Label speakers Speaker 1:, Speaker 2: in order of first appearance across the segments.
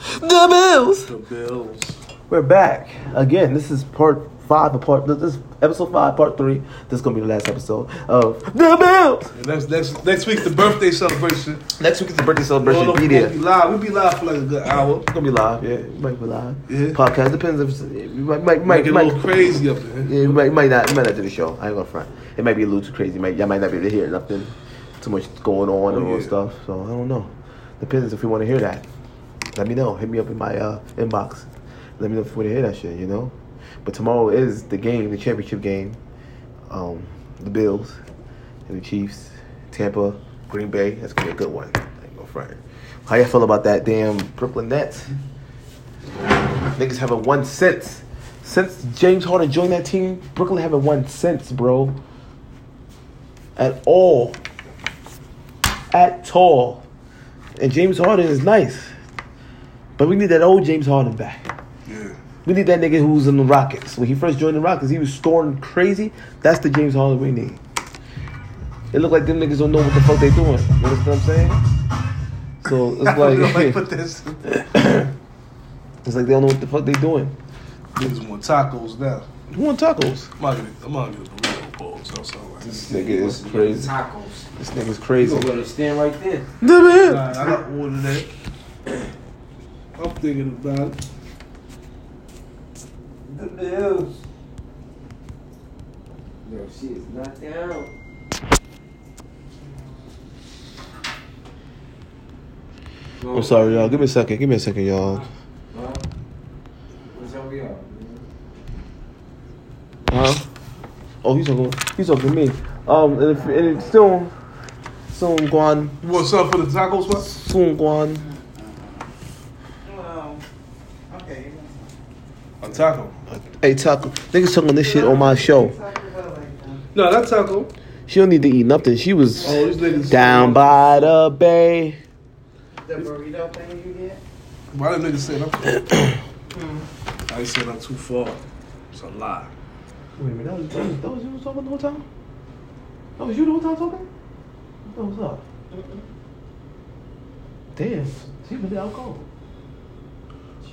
Speaker 1: The Bills.
Speaker 2: The Bills.
Speaker 1: We're back again. This is part five of part. This is episode five, part three. This is gonna be the last episode of The Bills.
Speaker 2: And next next next week the birthday celebration.
Speaker 1: Next week is the birthday celebration.
Speaker 2: We'll
Speaker 1: be
Speaker 2: be
Speaker 1: there.
Speaker 2: live. We'll be live for like a good hour.
Speaker 1: It's gonna be live. Yeah, it might be live.
Speaker 2: Yeah.
Speaker 1: Podcast depends if it might might
Speaker 2: Might
Speaker 1: might,
Speaker 2: get a
Speaker 1: might,
Speaker 2: little crazy up there.
Speaker 1: yeah, it might might not it might not do the show. I ain't gonna front. It might be a little too crazy. Might, I might not be able to hear nothing. Too much going on
Speaker 2: Oh,
Speaker 1: or
Speaker 2: yeah.
Speaker 1: stuff. So I don't know. Depends if you want to hear that. Let me know. Hit me up in my uh, inbox. Let me know if you want to hear that shit. You know. But tomorrow is the game, the championship game. Um, the Bills and the Chiefs, Tampa, Green Bay. That's gonna be a good one. I ain't gonna front. How y'all feel about that damn Brooklyn Nets? Niggas haven't won since. Since James Harden joined that team, Brooklyn haven't won since, bro. At all. At all. And James Harden is nice. But we need that old James Harden back.
Speaker 2: Yeah.
Speaker 1: We need that nigga who was in the Rockets. When he first joined the Rockets, he was scoring crazy. That's the James Harden we need. It look like them niggas don't know what the fuck they doing. You understand what I'm saying? So it's
Speaker 2: I
Speaker 1: like
Speaker 2: put this.
Speaker 1: it's like they don't know what the fuck they doing.
Speaker 2: Niggas want tacos now.
Speaker 1: Who want tacos?
Speaker 2: I'm not gonna, I'm not gonna get burrito bowls outside. Like
Speaker 1: This
Speaker 2: this.
Speaker 1: nigga is
Speaker 3: Crazy.
Speaker 1: crazy.
Speaker 3: Tacos.
Speaker 1: This nigga's
Speaker 3: You
Speaker 1: crazy.
Speaker 3: gonna go to stand right there.
Speaker 1: The
Speaker 2: Nah,
Speaker 1: man.
Speaker 2: I got order that. I'm thinking about it.
Speaker 3: The bills. Yo, she is not down.
Speaker 1: I'm sorry, y'all. Give me a second. Give me a second, y'all.
Speaker 3: Huh? What's up, y'all?
Speaker 1: Huh? Oh, he's talking. He's talking to me. Um, and if and if soon, soon Guan,
Speaker 2: You want something for the tacos, what?
Speaker 1: soon Guan.
Speaker 4: Well, okay.
Speaker 2: A taco.
Speaker 1: Hey, taco. Niggas talking this shit on my show.
Speaker 2: No, that taco.
Speaker 1: She don't need to eat nothing. She was
Speaker 2: Oh, these niggas.
Speaker 1: down by the bay.
Speaker 4: The burrito thing you get?
Speaker 2: Why them niggas saying I'm I ain't saying I'm too far. It's a lie.
Speaker 1: Wait a minute. That was, that was you was talking the whole time. That was you the whole time talking. That was up. Damn, she was alcohol.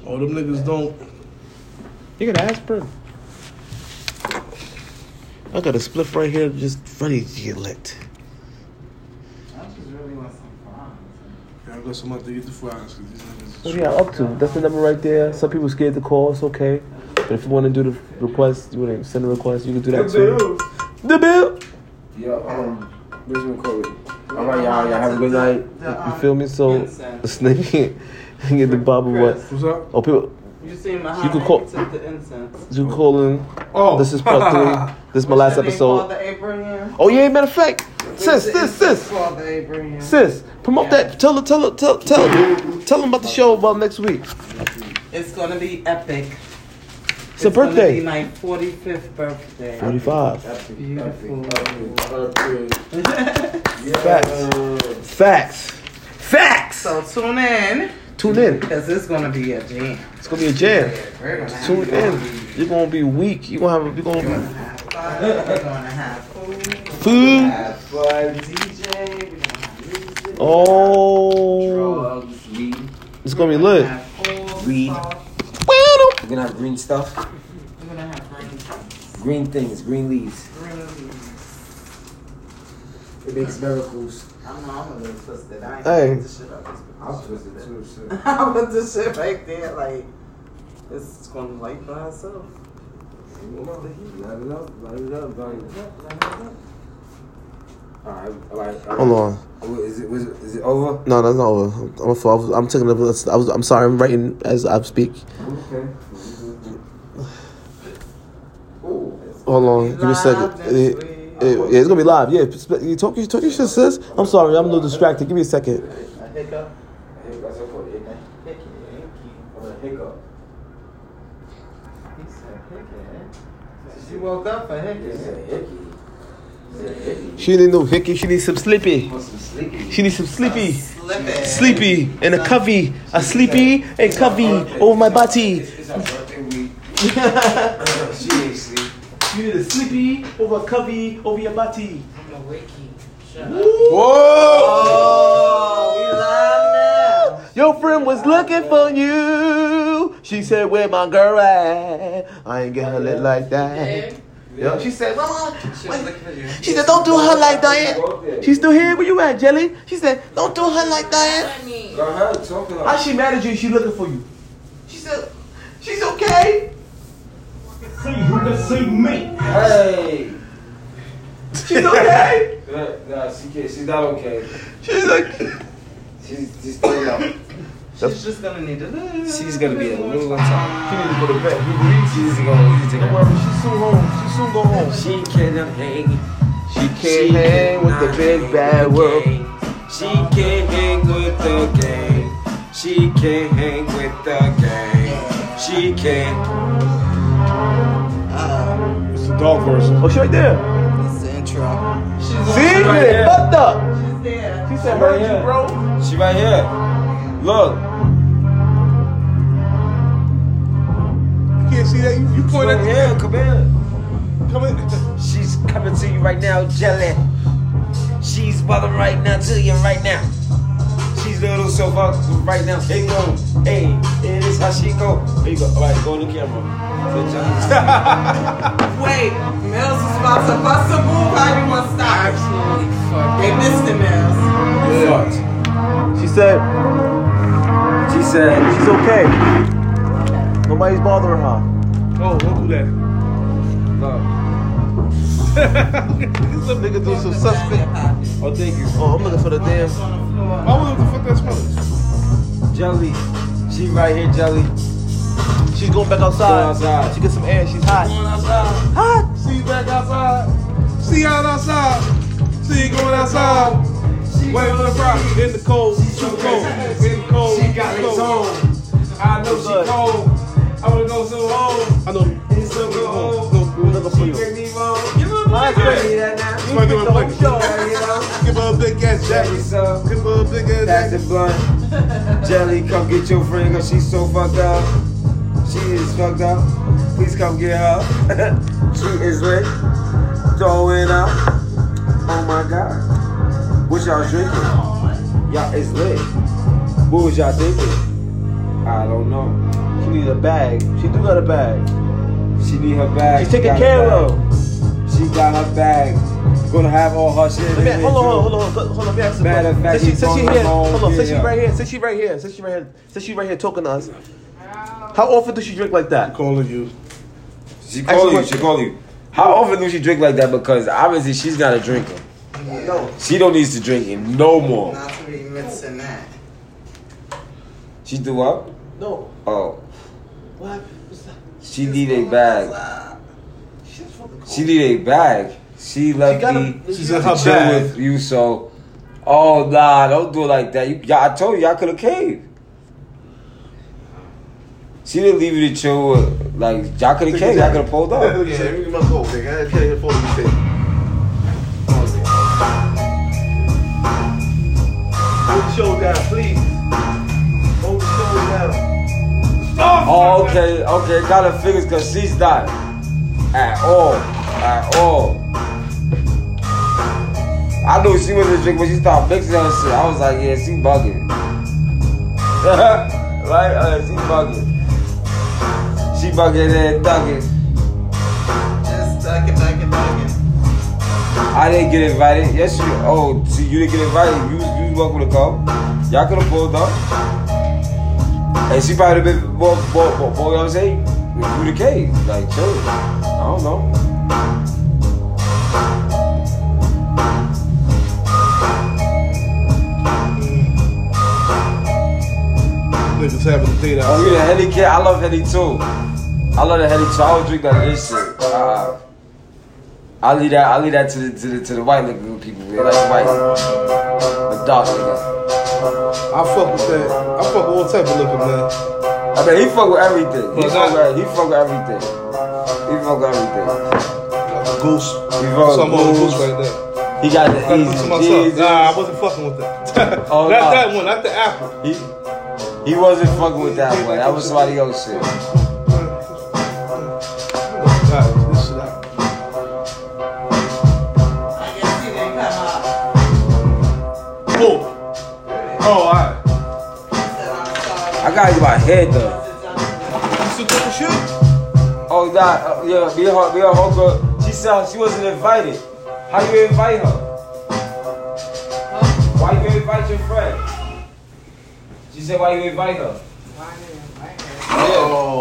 Speaker 2: All them niggas don't.
Speaker 1: You got aspirin. I got a spliff right here, just ready to get lit.
Speaker 4: I just really want some fries.
Speaker 2: Yeah, I got somebody to get the fries because these niggas.
Speaker 1: What are y'all up to? That's the number right there. Some people scared to call. It's okay. But if you want to do the request, you want to send a request, you can do that too. The bill.
Speaker 3: Yo, um, this one cool. All right, y'all. Y'all have a good night.
Speaker 4: The, uh,
Speaker 1: You feel me? So this nigga can get the bubble what?
Speaker 2: What's up?
Speaker 1: Oh, people,
Speaker 4: You seen Muhammad
Speaker 1: You could call-
Speaker 4: took the incense.
Speaker 1: you calling?
Speaker 2: Oh,
Speaker 1: This is part three. This is my last
Speaker 4: What's the name called?
Speaker 1: episode.
Speaker 4: The Abraham.
Speaker 1: Oh yeah, matter of fact, sis,
Speaker 4: It's the
Speaker 1: sis,
Speaker 4: incense
Speaker 1: sis,
Speaker 4: Called the Abraham.
Speaker 1: sis. Promote that. Tell her, tell her, tell, tell, her- tell them about the show about next week.
Speaker 4: It's gonna be epic. It's,
Speaker 1: a
Speaker 4: gonna
Speaker 1: birthday.
Speaker 4: be my 45th birthday.
Speaker 1: Forty-five.
Speaker 4: Beautiful.
Speaker 3: Facts.
Speaker 1: Facts. Facts.
Speaker 4: So tune in,
Speaker 1: Tune in.
Speaker 4: cause it's gonna be a jam.
Speaker 1: It's gonna be a jam.
Speaker 4: We're gonna have
Speaker 1: Tune in. You're gonna be weak. You're gonna have. You're gonna
Speaker 4: fun. We're gonna have food.
Speaker 1: be food.
Speaker 3: Have fun.
Speaker 4: DJ. We're gonna have music.
Speaker 1: Oh,
Speaker 3: Drugs, weed.
Speaker 1: it's gonna be
Speaker 4: We're
Speaker 1: lit.
Speaker 4: gonna have food,
Speaker 3: Weed.
Speaker 4: salt.
Speaker 3: We're gonna have green stuff.
Speaker 4: We're gonna have green tea,
Speaker 3: Green things, green leaves.
Speaker 4: green leaves.
Speaker 3: It makes miracles.
Speaker 4: I don't know, I'm a little twisted. I ain't
Speaker 1: Hey.
Speaker 4: hey. this shit up.
Speaker 3: I'll twist it too. so.
Speaker 4: I put this shit right there, like, it's gonna light by itself.
Speaker 3: Light it up, light it up, light it up. All right, all right. all right.
Speaker 1: Hold on.
Speaker 3: Oh, Is it, was it, is it over?
Speaker 1: No, that's not over. I'm, I'm, I was, I'm taking. a- I was. I'm sorry. I'm writing as I speak.
Speaker 3: Okay. Oh,
Speaker 1: Hold on. Give me a second.
Speaker 4: Live
Speaker 1: It-
Speaker 4: next week.
Speaker 1: it- yeah, it's gonna be live. Yeah. sp- You talk. You talk your shit, sis. I'm sorry. I'm a little distracted. Give me a second.
Speaker 4: A hiccup.
Speaker 3: that's it for the eight night.
Speaker 4: Hickey, hickey.
Speaker 3: Or the hiccup.
Speaker 4: He said hickey. She woke up for hickey.
Speaker 3: It's a hickey. It's a hickey.
Speaker 1: She need no hickey. She needs some sleepy.
Speaker 3: Want some sleepy?
Speaker 1: She needs some sleepy.
Speaker 4: Slipping.
Speaker 1: Sleepy and a covey, a sleepy and covey over my body.
Speaker 3: It's, it's our birthday week. she ain't sleep.
Speaker 1: You need a sleepy over covey over your body.
Speaker 4: I'm a wiki. Shut up.
Speaker 1: Whoa!
Speaker 4: Oh, we live now.
Speaker 1: Your friend was looking for you. She said, Where my girl at? I ain't get her lit like that. Yo, she said, Mama, wait." she said, Don't do her like that. She's still here. Where you at, Jelly? She said, Don't do her like that.
Speaker 3: Go ahead, talk to her.
Speaker 1: How she mad at you? She looking for you. She said, She's okay.
Speaker 5: See who can see me.
Speaker 3: Hey!
Speaker 1: She's okay.
Speaker 3: That, that, she can't, she's not okay.
Speaker 1: She's like,
Speaker 3: She's, she's still up.
Speaker 1: That's-
Speaker 4: She's just gonna need a little.
Speaker 3: She's gonna be a
Speaker 4: bit more
Speaker 3: little
Speaker 4: time.
Speaker 3: time. She needs to go to bed. We believe she's gonna she's
Speaker 1: Don't
Speaker 3: gonna-
Speaker 1: worry, she's soon home. She's soon go home.
Speaker 3: She cannot hang. She
Speaker 1: can't hang with the
Speaker 3: cannot
Speaker 1: big
Speaker 3: hang
Speaker 1: bad
Speaker 3: with the
Speaker 1: world.
Speaker 3: gang. She can't hang with the gang. She can't hang with the gang. She can't.
Speaker 2: It's the dog version.
Speaker 1: Oh, she right there.
Speaker 6: Uh, It's the intro.
Speaker 1: See, you
Speaker 3: right
Speaker 1: done
Speaker 3: there.
Speaker 1: fucked up.
Speaker 4: She's there.
Speaker 1: She said,
Speaker 3: Right
Speaker 1: "Heard you,
Speaker 3: here.
Speaker 1: bro."
Speaker 3: She right here. Look.
Speaker 2: You can't see that? You, you
Speaker 3: She
Speaker 2: point
Speaker 3: right
Speaker 2: at
Speaker 3: here. Come here.
Speaker 2: the Come in.
Speaker 3: She's coming to you right now, jelly. She's bothering right now to you right now. She's little so fuck right now. Hey yo, hey, it is how she go. Here you go. All right, go on the camera.
Speaker 6: Wait, Mills is about to bust a move. How you want to stop? Absolutely fuck. They missed the Mills.
Speaker 3: Yeah.
Speaker 1: She said,
Speaker 3: She said,
Speaker 1: "She's okay. Nobody's bothering her."
Speaker 2: Oh, don't do that.
Speaker 3: no.
Speaker 1: This little nigga do some suspect.
Speaker 3: Oh, thank you.
Speaker 1: Oh, I'm looking for the damn.
Speaker 2: Why would what the fuck that smell?
Speaker 3: Jelly. She right here, Jelly.
Speaker 1: She's going back outside.
Speaker 3: Go outside.
Speaker 1: She get some air. She's hot.
Speaker 2: Going outside.
Speaker 1: Hot.
Speaker 2: See you back outside. See you out outside. See you going outside. Wait on the rock. In the cold. Too cold. In the cold.
Speaker 3: She got
Speaker 2: cold.
Speaker 3: it on.
Speaker 2: I know she cold. I wanna go so home. I know. It's so cold. No, we're looking for
Speaker 3: She
Speaker 2: you.
Speaker 3: take me wrong.
Speaker 2: Give her a big ass.
Speaker 3: That's
Speaker 2: Give her a big ass.
Speaker 3: You know?
Speaker 2: Give her a big ass
Speaker 3: Jelly,
Speaker 2: jacket.
Speaker 3: so.
Speaker 2: Give her a big ass
Speaker 3: That's
Speaker 2: jacket.
Speaker 3: the blunt. Jelly, come get your friend, cause she's so fucked up. She is fucked up. Please come get her. she is lit. Throwing up. Oh my god. What y'all drinking? Y'all is lit. What was y'all thinking? I don't know.
Speaker 1: She needs a bag. She do got a bag.
Speaker 3: She need her bag.
Speaker 1: She's
Speaker 3: She
Speaker 1: taken
Speaker 3: got her
Speaker 1: care
Speaker 3: bag.
Speaker 1: of.
Speaker 3: She got her bag. Gonna have all her shit.
Speaker 1: Let me, hold
Speaker 3: in it,
Speaker 1: on,
Speaker 3: too.
Speaker 1: hold on, hold on, hold on. Let me ask you.
Speaker 3: Matter of fact,
Speaker 1: since she,
Speaker 3: he's
Speaker 1: since she
Speaker 3: on the
Speaker 1: here,
Speaker 3: phone,
Speaker 1: hold on. Since she
Speaker 3: yeah.
Speaker 1: right here, since she right here, since she right here, since she right here talking to us. How often does she drink like that?
Speaker 2: Calling you.
Speaker 3: She call you.
Speaker 1: Excellent.
Speaker 3: She call you. How often do she drink like that? Because obviously she's not a drinker.
Speaker 6: No.
Speaker 3: She don't needs to drink it no more.
Speaker 6: Not to be missing that.
Speaker 3: She threw up.
Speaker 1: No.
Speaker 3: Oh,
Speaker 1: What happened? What's that?
Speaker 3: she need a bag.
Speaker 1: She's fucking cold.
Speaker 3: She need a bag. She left
Speaker 1: gotta-
Speaker 3: me
Speaker 1: She
Speaker 2: said
Speaker 3: to
Speaker 2: her
Speaker 3: chill
Speaker 2: bag.
Speaker 3: with you. So, oh nah, don't do it like that. You, y'all- I told you I could have caved. She didn't leave you to chill with. Like y'all could have caved. Y'all could have pulled up.
Speaker 1: Yeah, you my cold, nigga. I can't hear phone you say. Hold the show down, please. Hold the show down.
Speaker 3: Oh, okay, okay, got her fingers because she's not at all, at all. I knew she wasn't drinking when she started mixing her shit. I was like, yeah, she bugging. right? Uh, she bugging. She bugging and thugging.
Speaker 6: Just duck it, duck it, duck it.
Speaker 3: I didn't get invited. Yes, you. Oh, see, you didn't get invited. You, was- you was welcome to come. Y'all could have pulled up. And she probably been more, more, more, more, you know what I'm saying? You the cave. Like, chill. I don't know.
Speaker 2: Niggas having a date
Speaker 3: Oh,
Speaker 2: out.
Speaker 3: you the Henny kid? I love Henny too. I love the Henny too. I don't drink none of this shit. Uh, I leave that. I leave that to the to the, to the white looking people. Man. Like white, the dark niggas.
Speaker 2: I fuck with that. I fuck with all type of liquor, man.
Speaker 3: I mean, he fuck with everything. He
Speaker 2: What's
Speaker 3: fuck
Speaker 2: that?
Speaker 3: with, he fuck with everything. He fuck with everything.
Speaker 2: Goose.
Speaker 3: He fuck
Speaker 2: So I'm on
Speaker 3: with
Speaker 2: goose
Speaker 3: booze.
Speaker 2: right there.
Speaker 3: He got the
Speaker 2: I to
Speaker 3: easy
Speaker 2: myself.
Speaker 3: Jesus.
Speaker 2: Nah, I wasn't fucking with that.
Speaker 3: Oh,
Speaker 2: not
Speaker 3: nah.
Speaker 2: that one, not the apple.
Speaker 3: He, he wasn't fucking with that one. That was somebody else's shit.
Speaker 2: Nah, this shit out.
Speaker 6: I guess he didn't come up.
Speaker 2: Oh, oh alright.
Speaker 6: Said,
Speaker 3: got you by head though.
Speaker 2: You still talking shit?
Speaker 3: Oh, that, uh, yeah, we all, we all whole girl. She said she wasn't invited. How you invite her? Why you invite your friend? She said, why you invite her?
Speaker 6: Why didn't like her?
Speaker 3: Yeah.
Speaker 1: Oh.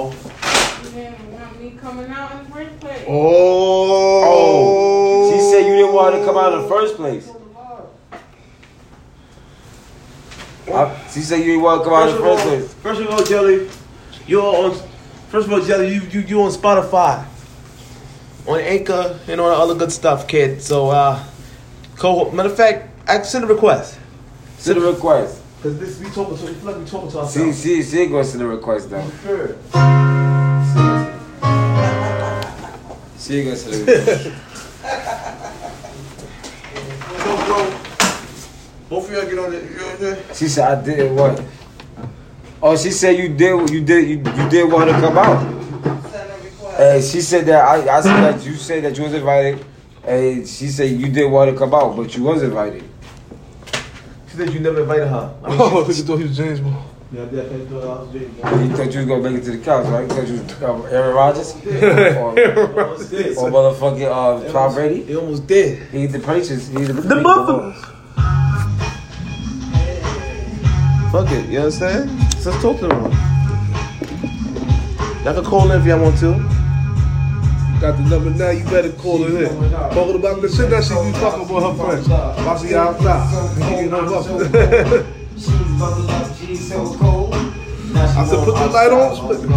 Speaker 6: You didn't want me coming out in the first place.
Speaker 1: Oh.
Speaker 3: She said you didn't want her to come out in the first place. I- she said you didn't want her to come out in
Speaker 1: First
Speaker 3: the
Speaker 1: of,
Speaker 3: first
Speaker 1: all,
Speaker 3: place.
Speaker 1: first of all, Jelly, you're on. First of all, Jelly, you you you on Spotify, on Anchor, and all the other good stuff, kid. So, uh, co. Matter of fact, I send a request.
Speaker 3: Send a request.
Speaker 1: Cause this we talking to, we feel like we talking to
Speaker 3: She,
Speaker 1: ourselves.
Speaker 3: she, she ain't gonna send a request though.
Speaker 1: Sure.
Speaker 3: She ain't gonna send a request.
Speaker 1: So, bro, both of y'all get on it. You know what I'm saying?
Speaker 3: She said I did what? Oh, she said you did you did you, you did want to come out. And she said that I, I said that you said that you was invited. And she said you did want to come out, but you was invited.
Speaker 1: She said you never invited her. I mean,
Speaker 2: Oh, nigga thought he was James Bond.
Speaker 1: yeah, I definitely thought I was James. Bond.
Speaker 3: You thought you was gonna make it to the couch, right? You thought you was um, Aaron Rodgers or,
Speaker 1: It almost did.
Speaker 3: or motherfucking uh, Tom Brady.
Speaker 1: It almost did.
Speaker 3: He's the purchase. He's the, the
Speaker 1: motherfucker. Fuck it, you understand? So let's talk to them. Y'all can call in if y'all want to.
Speaker 2: Got the number now, you better call it in. Talking about the shit that she be talking about her friends. If I see her outside, I give you no fuck.
Speaker 4: She's bubble up, she's so cold. Now
Speaker 2: I
Speaker 4: she
Speaker 2: said, put the light on, split it.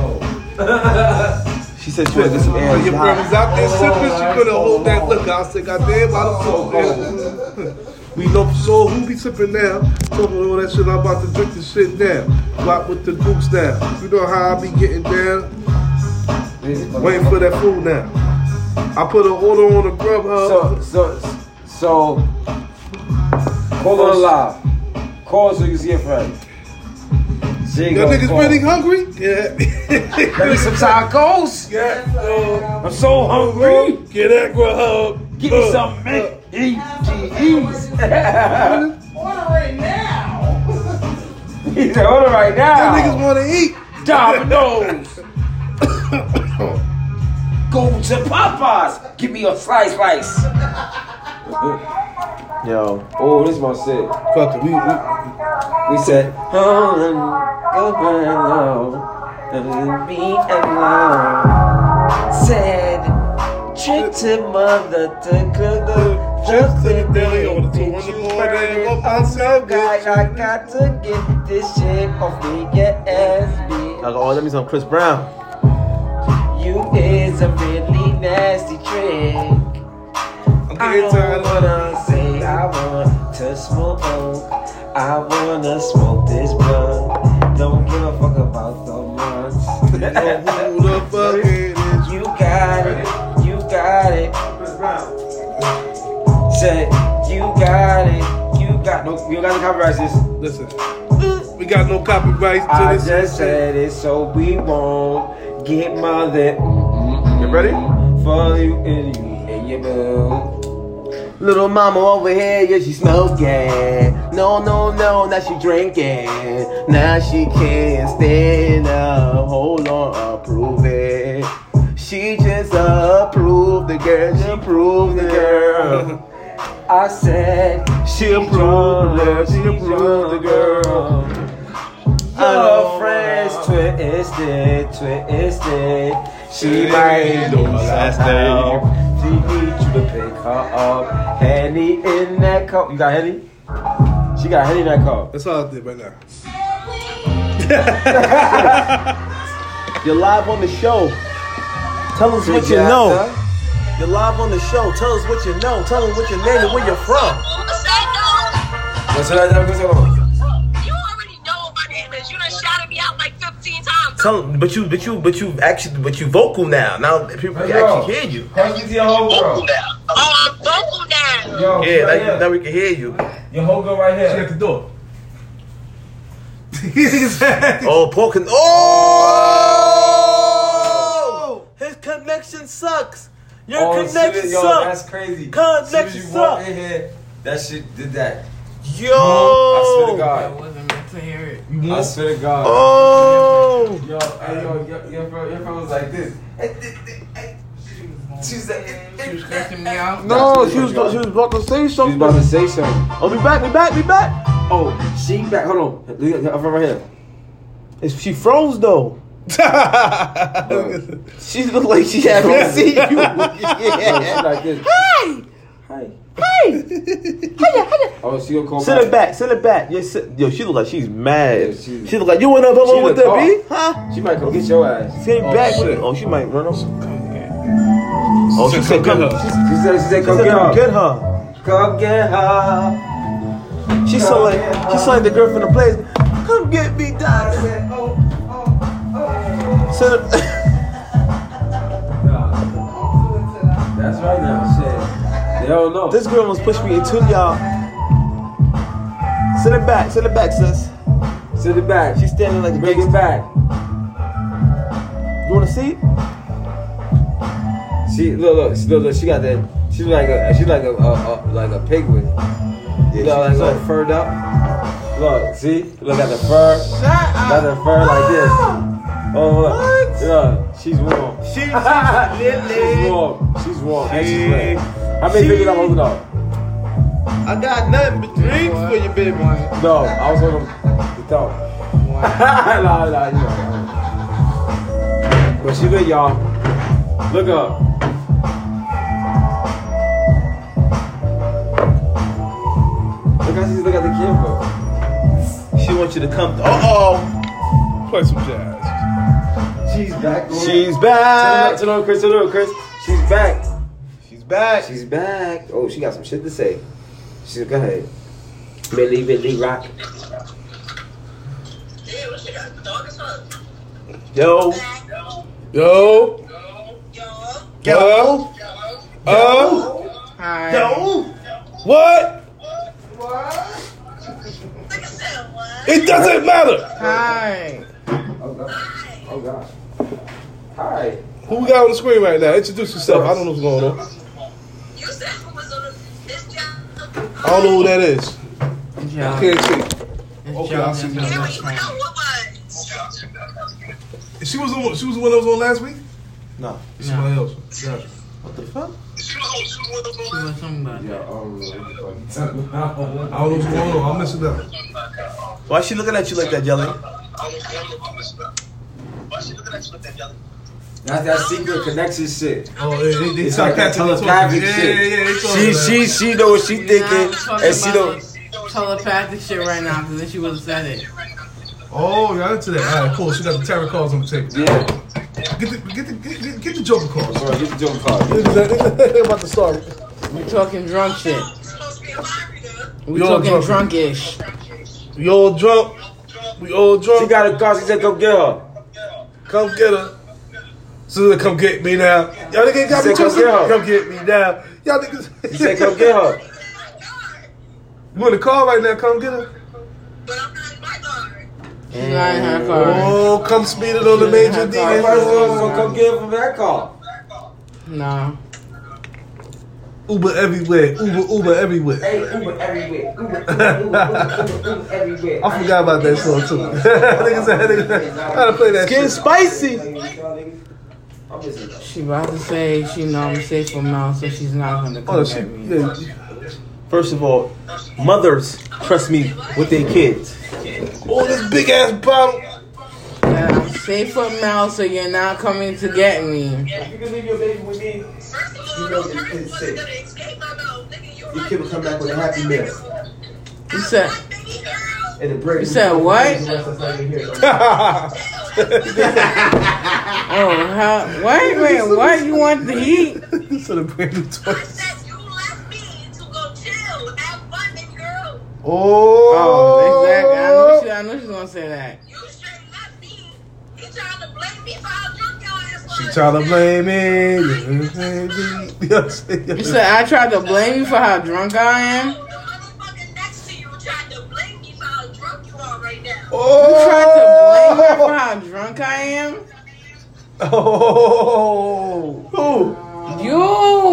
Speaker 1: She said she had to get some air.
Speaker 2: When your girl was out there sipping, she couldn't hold that liquor. I said, goddamn, I don't know. man." We know so who be sipping now. Talking all that shit, I'm about to drink the shit now. Rock with the gooks now. You know how I be getting down, waiting for that food now. I put an order on the Grubhub.
Speaker 3: So so so. Call her live. Call so you can see your friends. She ain't
Speaker 2: Your
Speaker 3: gonna
Speaker 2: niggas
Speaker 3: call.
Speaker 2: really hungry? Yeah.
Speaker 3: Give me some tacos.
Speaker 2: yeah. no.
Speaker 3: I'm so hungry.
Speaker 2: Get that Grubhub.
Speaker 3: Give me
Speaker 2: Uh,
Speaker 3: some meat. Eat, eat,
Speaker 2: That
Speaker 6: Order it now.
Speaker 3: eat. He's the order right
Speaker 2: niggas
Speaker 3: now.
Speaker 2: want to eat.
Speaker 3: Domino's. Go to Popeyes. Give me a slice, slice.
Speaker 1: Yo,
Speaker 3: Oh, this my shit.
Speaker 2: Fuck it. We, we,
Speaker 3: We said, oh, go alone, leave me alone. Said, trick to mother to cook the
Speaker 2: Just to the
Speaker 3: with
Speaker 2: deli,
Speaker 3: me,
Speaker 2: order two
Speaker 3: bitch,
Speaker 2: on the
Speaker 3: you
Speaker 2: floor, then
Speaker 3: burning
Speaker 2: go
Speaker 3: up
Speaker 2: outside,
Speaker 3: some guy.
Speaker 2: bitch.
Speaker 3: I got to get this shit off me, your ass,
Speaker 1: I
Speaker 3: bitch.
Speaker 1: go, oh, let me some Chris Brown.
Speaker 3: You is a really nasty trick.
Speaker 2: I'm
Speaker 3: I
Speaker 2: getting tired of
Speaker 3: don't wanna say I want to smoke. I wanna smoke this blunt. Don't give a fuck about the months.
Speaker 2: who the fuck it is.
Speaker 3: you got it, you got it. Say you got it, you got no, you got the copyright. sis.
Speaker 2: Listen, we got no copyrights to
Speaker 3: I
Speaker 2: this.
Speaker 3: just said it so we won't get mother.
Speaker 1: You ready?
Speaker 3: For you and you and your boo.
Speaker 1: Little mama over here, yeah, she smoking. No, no, no, now she drinking. Now she can't stand up. Hold on, approve it. She just approved the girl. She approved the girl.
Speaker 3: I said
Speaker 1: She approved the girl. She approved the girl.
Speaker 3: Your friends twisted, twisted. She might lose her help. She need you to pick her up. Henny in that cup. You got Henny? She got Henny in that cup.
Speaker 2: That's all I did right now.
Speaker 1: You're live on the show. Tell us what you know. You're live on the show. Tell us what you know. Tell them what your name and where you're from.
Speaker 7: What's that,
Speaker 3: What's that? What's that?
Speaker 7: though? You already know what my name is. You done shouted me out like 15 times.
Speaker 1: Tell 'em- but you, but you, but you actually, but you vocal now. Now people can
Speaker 3: Yo.
Speaker 1: actually hear you.
Speaker 3: Thank you to your whole girl.
Speaker 7: Oh, I'm vocal now.
Speaker 3: Yo,
Speaker 1: Oh, Yeah,
Speaker 3: right
Speaker 1: now,
Speaker 3: here.
Speaker 1: now we can hear you.
Speaker 3: your whole girl right here.
Speaker 2: the door.
Speaker 1: Oh, Paul can. Oh, his connection sucks. Your
Speaker 3: Oh, as soon as-
Speaker 1: connection
Speaker 3: yo,
Speaker 1: sucks.
Speaker 3: That's crazy.
Speaker 1: Connection
Speaker 3: As soon as you walk
Speaker 1: sucks.
Speaker 3: in here, that shit did that.
Speaker 1: Yo,
Speaker 3: I swear to God.
Speaker 6: That wasn't meant
Speaker 4: to hear it.
Speaker 5: You
Speaker 3: I
Speaker 5: want?
Speaker 3: swear to God.
Speaker 1: Oh!
Speaker 3: Yo, hey, yo, your, your, friend, your friend was like this. Hey, th- th- hey. She was like, eh, eh,
Speaker 4: She was
Speaker 3: eh,
Speaker 4: cursing
Speaker 3: eh.
Speaker 4: me out.
Speaker 1: No, she was she was about to say
Speaker 3: She was about to
Speaker 1: something.
Speaker 3: say something.
Speaker 1: Oh, we back, we back, we back.
Speaker 3: Oh, she back. Hold on. Look at her friend right here.
Speaker 1: It's, she froze though. She looked like she haven't seen you.
Speaker 3: She
Speaker 1: Yeah.
Speaker 3: like this.
Speaker 1: Hey,
Speaker 3: Hi.
Speaker 1: hey,
Speaker 3: Oh, she gonna call
Speaker 1: send it back, send it back. Yo, sit, yo she look like she's mad.
Speaker 3: Yeah, she-
Speaker 1: she look like you went up
Speaker 3: She
Speaker 1: over with
Speaker 3: look
Speaker 1: that B, huh?
Speaker 3: off. She might come get your ass.
Speaker 1: Came
Speaker 2: Oh,
Speaker 1: back.
Speaker 2: shit.
Speaker 1: With, oh, she might run up. Oh, she said, come, she
Speaker 3: She said, she said, come
Speaker 1: said,
Speaker 3: get her.
Speaker 1: come get her.
Speaker 3: Come get her.
Speaker 1: She said, like, she said, like the girl from the place. Come get me,
Speaker 3: I
Speaker 1: Donna.
Speaker 3: said, oh, oh, oh.
Speaker 1: Send it.
Speaker 3: Nah. That's right now, shit. They don't know.
Speaker 1: This girl almost pushed me into y'all. Send it back, send it back, sis.
Speaker 3: Send it back.
Speaker 1: She's standing like a
Speaker 3: Bring it
Speaker 1: gangster.
Speaker 3: back.
Speaker 1: You wanna see? it?
Speaker 3: She look, look, she, look, look, she got that. She like a, she like a, a, a like a penguin. You know, like all furred up. Look, see, look at the fur. Got the fur like this. Oh, look. Yeah, she's warm.
Speaker 1: She
Speaker 3: she's warm. She's warm. And she's wet. How many
Speaker 1: She-
Speaker 3: fingers I'm holding up?
Speaker 1: I got nothing but drinks for you, baby.
Speaker 3: No, I was holding the thumb. nah, nah, you know. But she lit, y'all. Look up. Look how she's look at the camera.
Speaker 1: She wants you to come. Uh
Speaker 2: Play some jazz.
Speaker 3: She's back.
Speaker 1: oh.
Speaker 3: Lord.
Speaker 1: She's
Speaker 3: Turn it up,
Speaker 1: back.
Speaker 3: turn it up, Chris. Turn it up, Chris. She's back.
Speaker 1: She's back.
Speaker 3: She's back. Oh, she got some shit to say. She's go ahead. Billy, Billy, rock.
Speaker 7: Damn, she got the dog as fuck.
Speaker 1: Yo.
Speaker 7: Black,
Speaker 2: Yo,
Speaker 7: yo,
Speaker 2: yo,
Speaker 7: yo,
Speaker 2: oh,
Speaker 4: Hi.
Speaker 1: Yo.
Speaker 2: what?
Speaker 7: look at that one.
Speaker 2: It doesn't matter.
Speaker 4: Hi.
Speaker 3: Oh God. Oh God. Hi.
Speaker 2: Who we got on the screen right now? Introduce yourself. I don't know what's going on.
Speaker 7: You said who was on the, this job.
Speaker 2: I don't know who that is.
Speaker 4: John.
Speaker 2: I can't see.
Speaker 4: It's
Speaker 2: Okay,
Speaker 4: John.
Speaker 2: I'll see
Speaker 7: Yeah,
Speaker 4: John.
Speaker 7: but you
Speaker 4: John.
Speaker 7: know what was.
Speaker 2: She was the one. She was the one that was on last week.
Speaker 1: No.
Speaker 2: It's Somebody else. Gotcha.
Speaker 1: What the fuck?
Speaker 7: She was on she was
Speaker 4: She
Speaker 7: on-
Speaker 4: was somebody.
Speaker 3: Yeah, I don't know what the fuck you talking about.
Speaker 2: I don't know what's going on. I'm missing out.
Speaker 1: Why she looking at you like that, Jelly?
Speaker 3: That's that secret connection shit.
Speaker 2: Oh, yeah, they, they
Speaker 3: It's
Speaker 2: start
Speaker 3: like that
Speaker 2: catching the talk.
Speaker 3: telepathic
Speaker 2: Yeah, yeah, yeah. they
Speaker 3: shit.
Speaker 2: talking
Speaker 3: She,
Speaker 2: about
Speaker 3: she, she know what she
Speaker 4: You're not
Speaker 3: thinking,
Speaker 4: talking
Speaker 3: and she
Speaker 4: about
Speaker 3: don't.
Speaker 4: the telepathic shit right now because then she would have said it.
Speaker 2: that. Oh, y'all into that? All right, cool. She got the tarot cards on the table.
Speaker 3: Yeah,
Speaker 2: Get the get the get, get, get the joker cards.
Speaker 3: bro, get the joke card.
Speaker 2: they about to start.
Speaker 4: We're talking drunk shit.
Speaker 7: It's supposed to be a moderator.
Speaker 4: We're
Speaker 2: You're
Speaker 4: talking
Speaker 2: drunk.
Speaker 4: drunkish.
Speaker 2: We all drunk. We all
Speaker 3: She
Speaker 2: drunk.
Speaker 3: got a car. She said, "Come get her."
Speaker 2: come get her. Susan, come get me now. Y'all niggas got me
Speaker 3: She said, "Come
Speaker 2: twisted.
Speaker 3: get her."
Speaker 2: Come get me now. Y'all niggas.
Speaker 3: She said, "Come get her."
Speaker 2: You in the car right now? Come get her.
Speaker 7: But I'm not in my guard.
Speaker 4: She's
Speaker 3: Mm.
Speaker 4: not in her car.
Speaker 2: Oh, come speed it on the major D.
Speaker 3: Everybody want to come get her from that car.
Speaker 4: No.
Speaker 2: Uber everywhere. Uber, Uber everywhere.
Speaker 3: Hey, Uber everywhere. Uber, Uber, Uber, Uber, Uber everywhere.
Speaker 2: I forgot about that song too. niggas, niggas, gotta play that
Speaker 1: Getting
Speaker 2: shit.
Speaker 1: spicy.
Speaker 3: I'm just
Speaker 4: She about to say she know I'm safe from now, so she's not gonna come
Speaker 2: Oh,
Speaker 4: at
Speaker 2: she,
Speaker 4: me.
Speaker 2: yeah,
Speaker 1: First of all, mothers trust me with their kids.
Speaker 2: Oh, this big ass bottle.
Speaker 4: That I'm safe from now, so you're not coming to get me.
Speaker 3: If you can leave your baby with me,
Speaker 7: First of all,
Speaker 3: You know
Speaker 7: the
Speaker 3: it's
Speaker 7: person wasn't
Speaker 3: insane.
Speaker 7: gonna escape my mouth. Nigga, you
Speaker 3: Your
Speaker 7: right.
Speaker 3: kid will come back with a happy mess.
Speaker 4: You said
Speaker 7: What, baby girl?
Speaker 3: and the break.
Speaker 4: You said what? oh how what wait what you want to eat?
Speaker 2: so the baby
Speaker 7: I
Speaker 2: twice.
Speaker 7: said you left me to go chill, have fun, baby girl.
Speaker 4: Oh
Speaker 2: Oh,
Speaker 4: exactly. I know she I know she's gonna say that.
Speaker 7: You straight left me. He trying to blame me for how drunk y'all ass was.
Speaker 2: She trying to blame me. Blame me. You know what I'm saying?
Speaker 4: You said I tried to blame you for how drunk I
Speaker 7: The
Speaker 4: am.
Speaker 7: motherfucker next to you tried to blame me for how drunk you are right now.
Speaker 2: Oh,
Speaker 4: You tried to blame her for how drunk I am.
Speaker 2: Oh, who?
Speaker 4: You,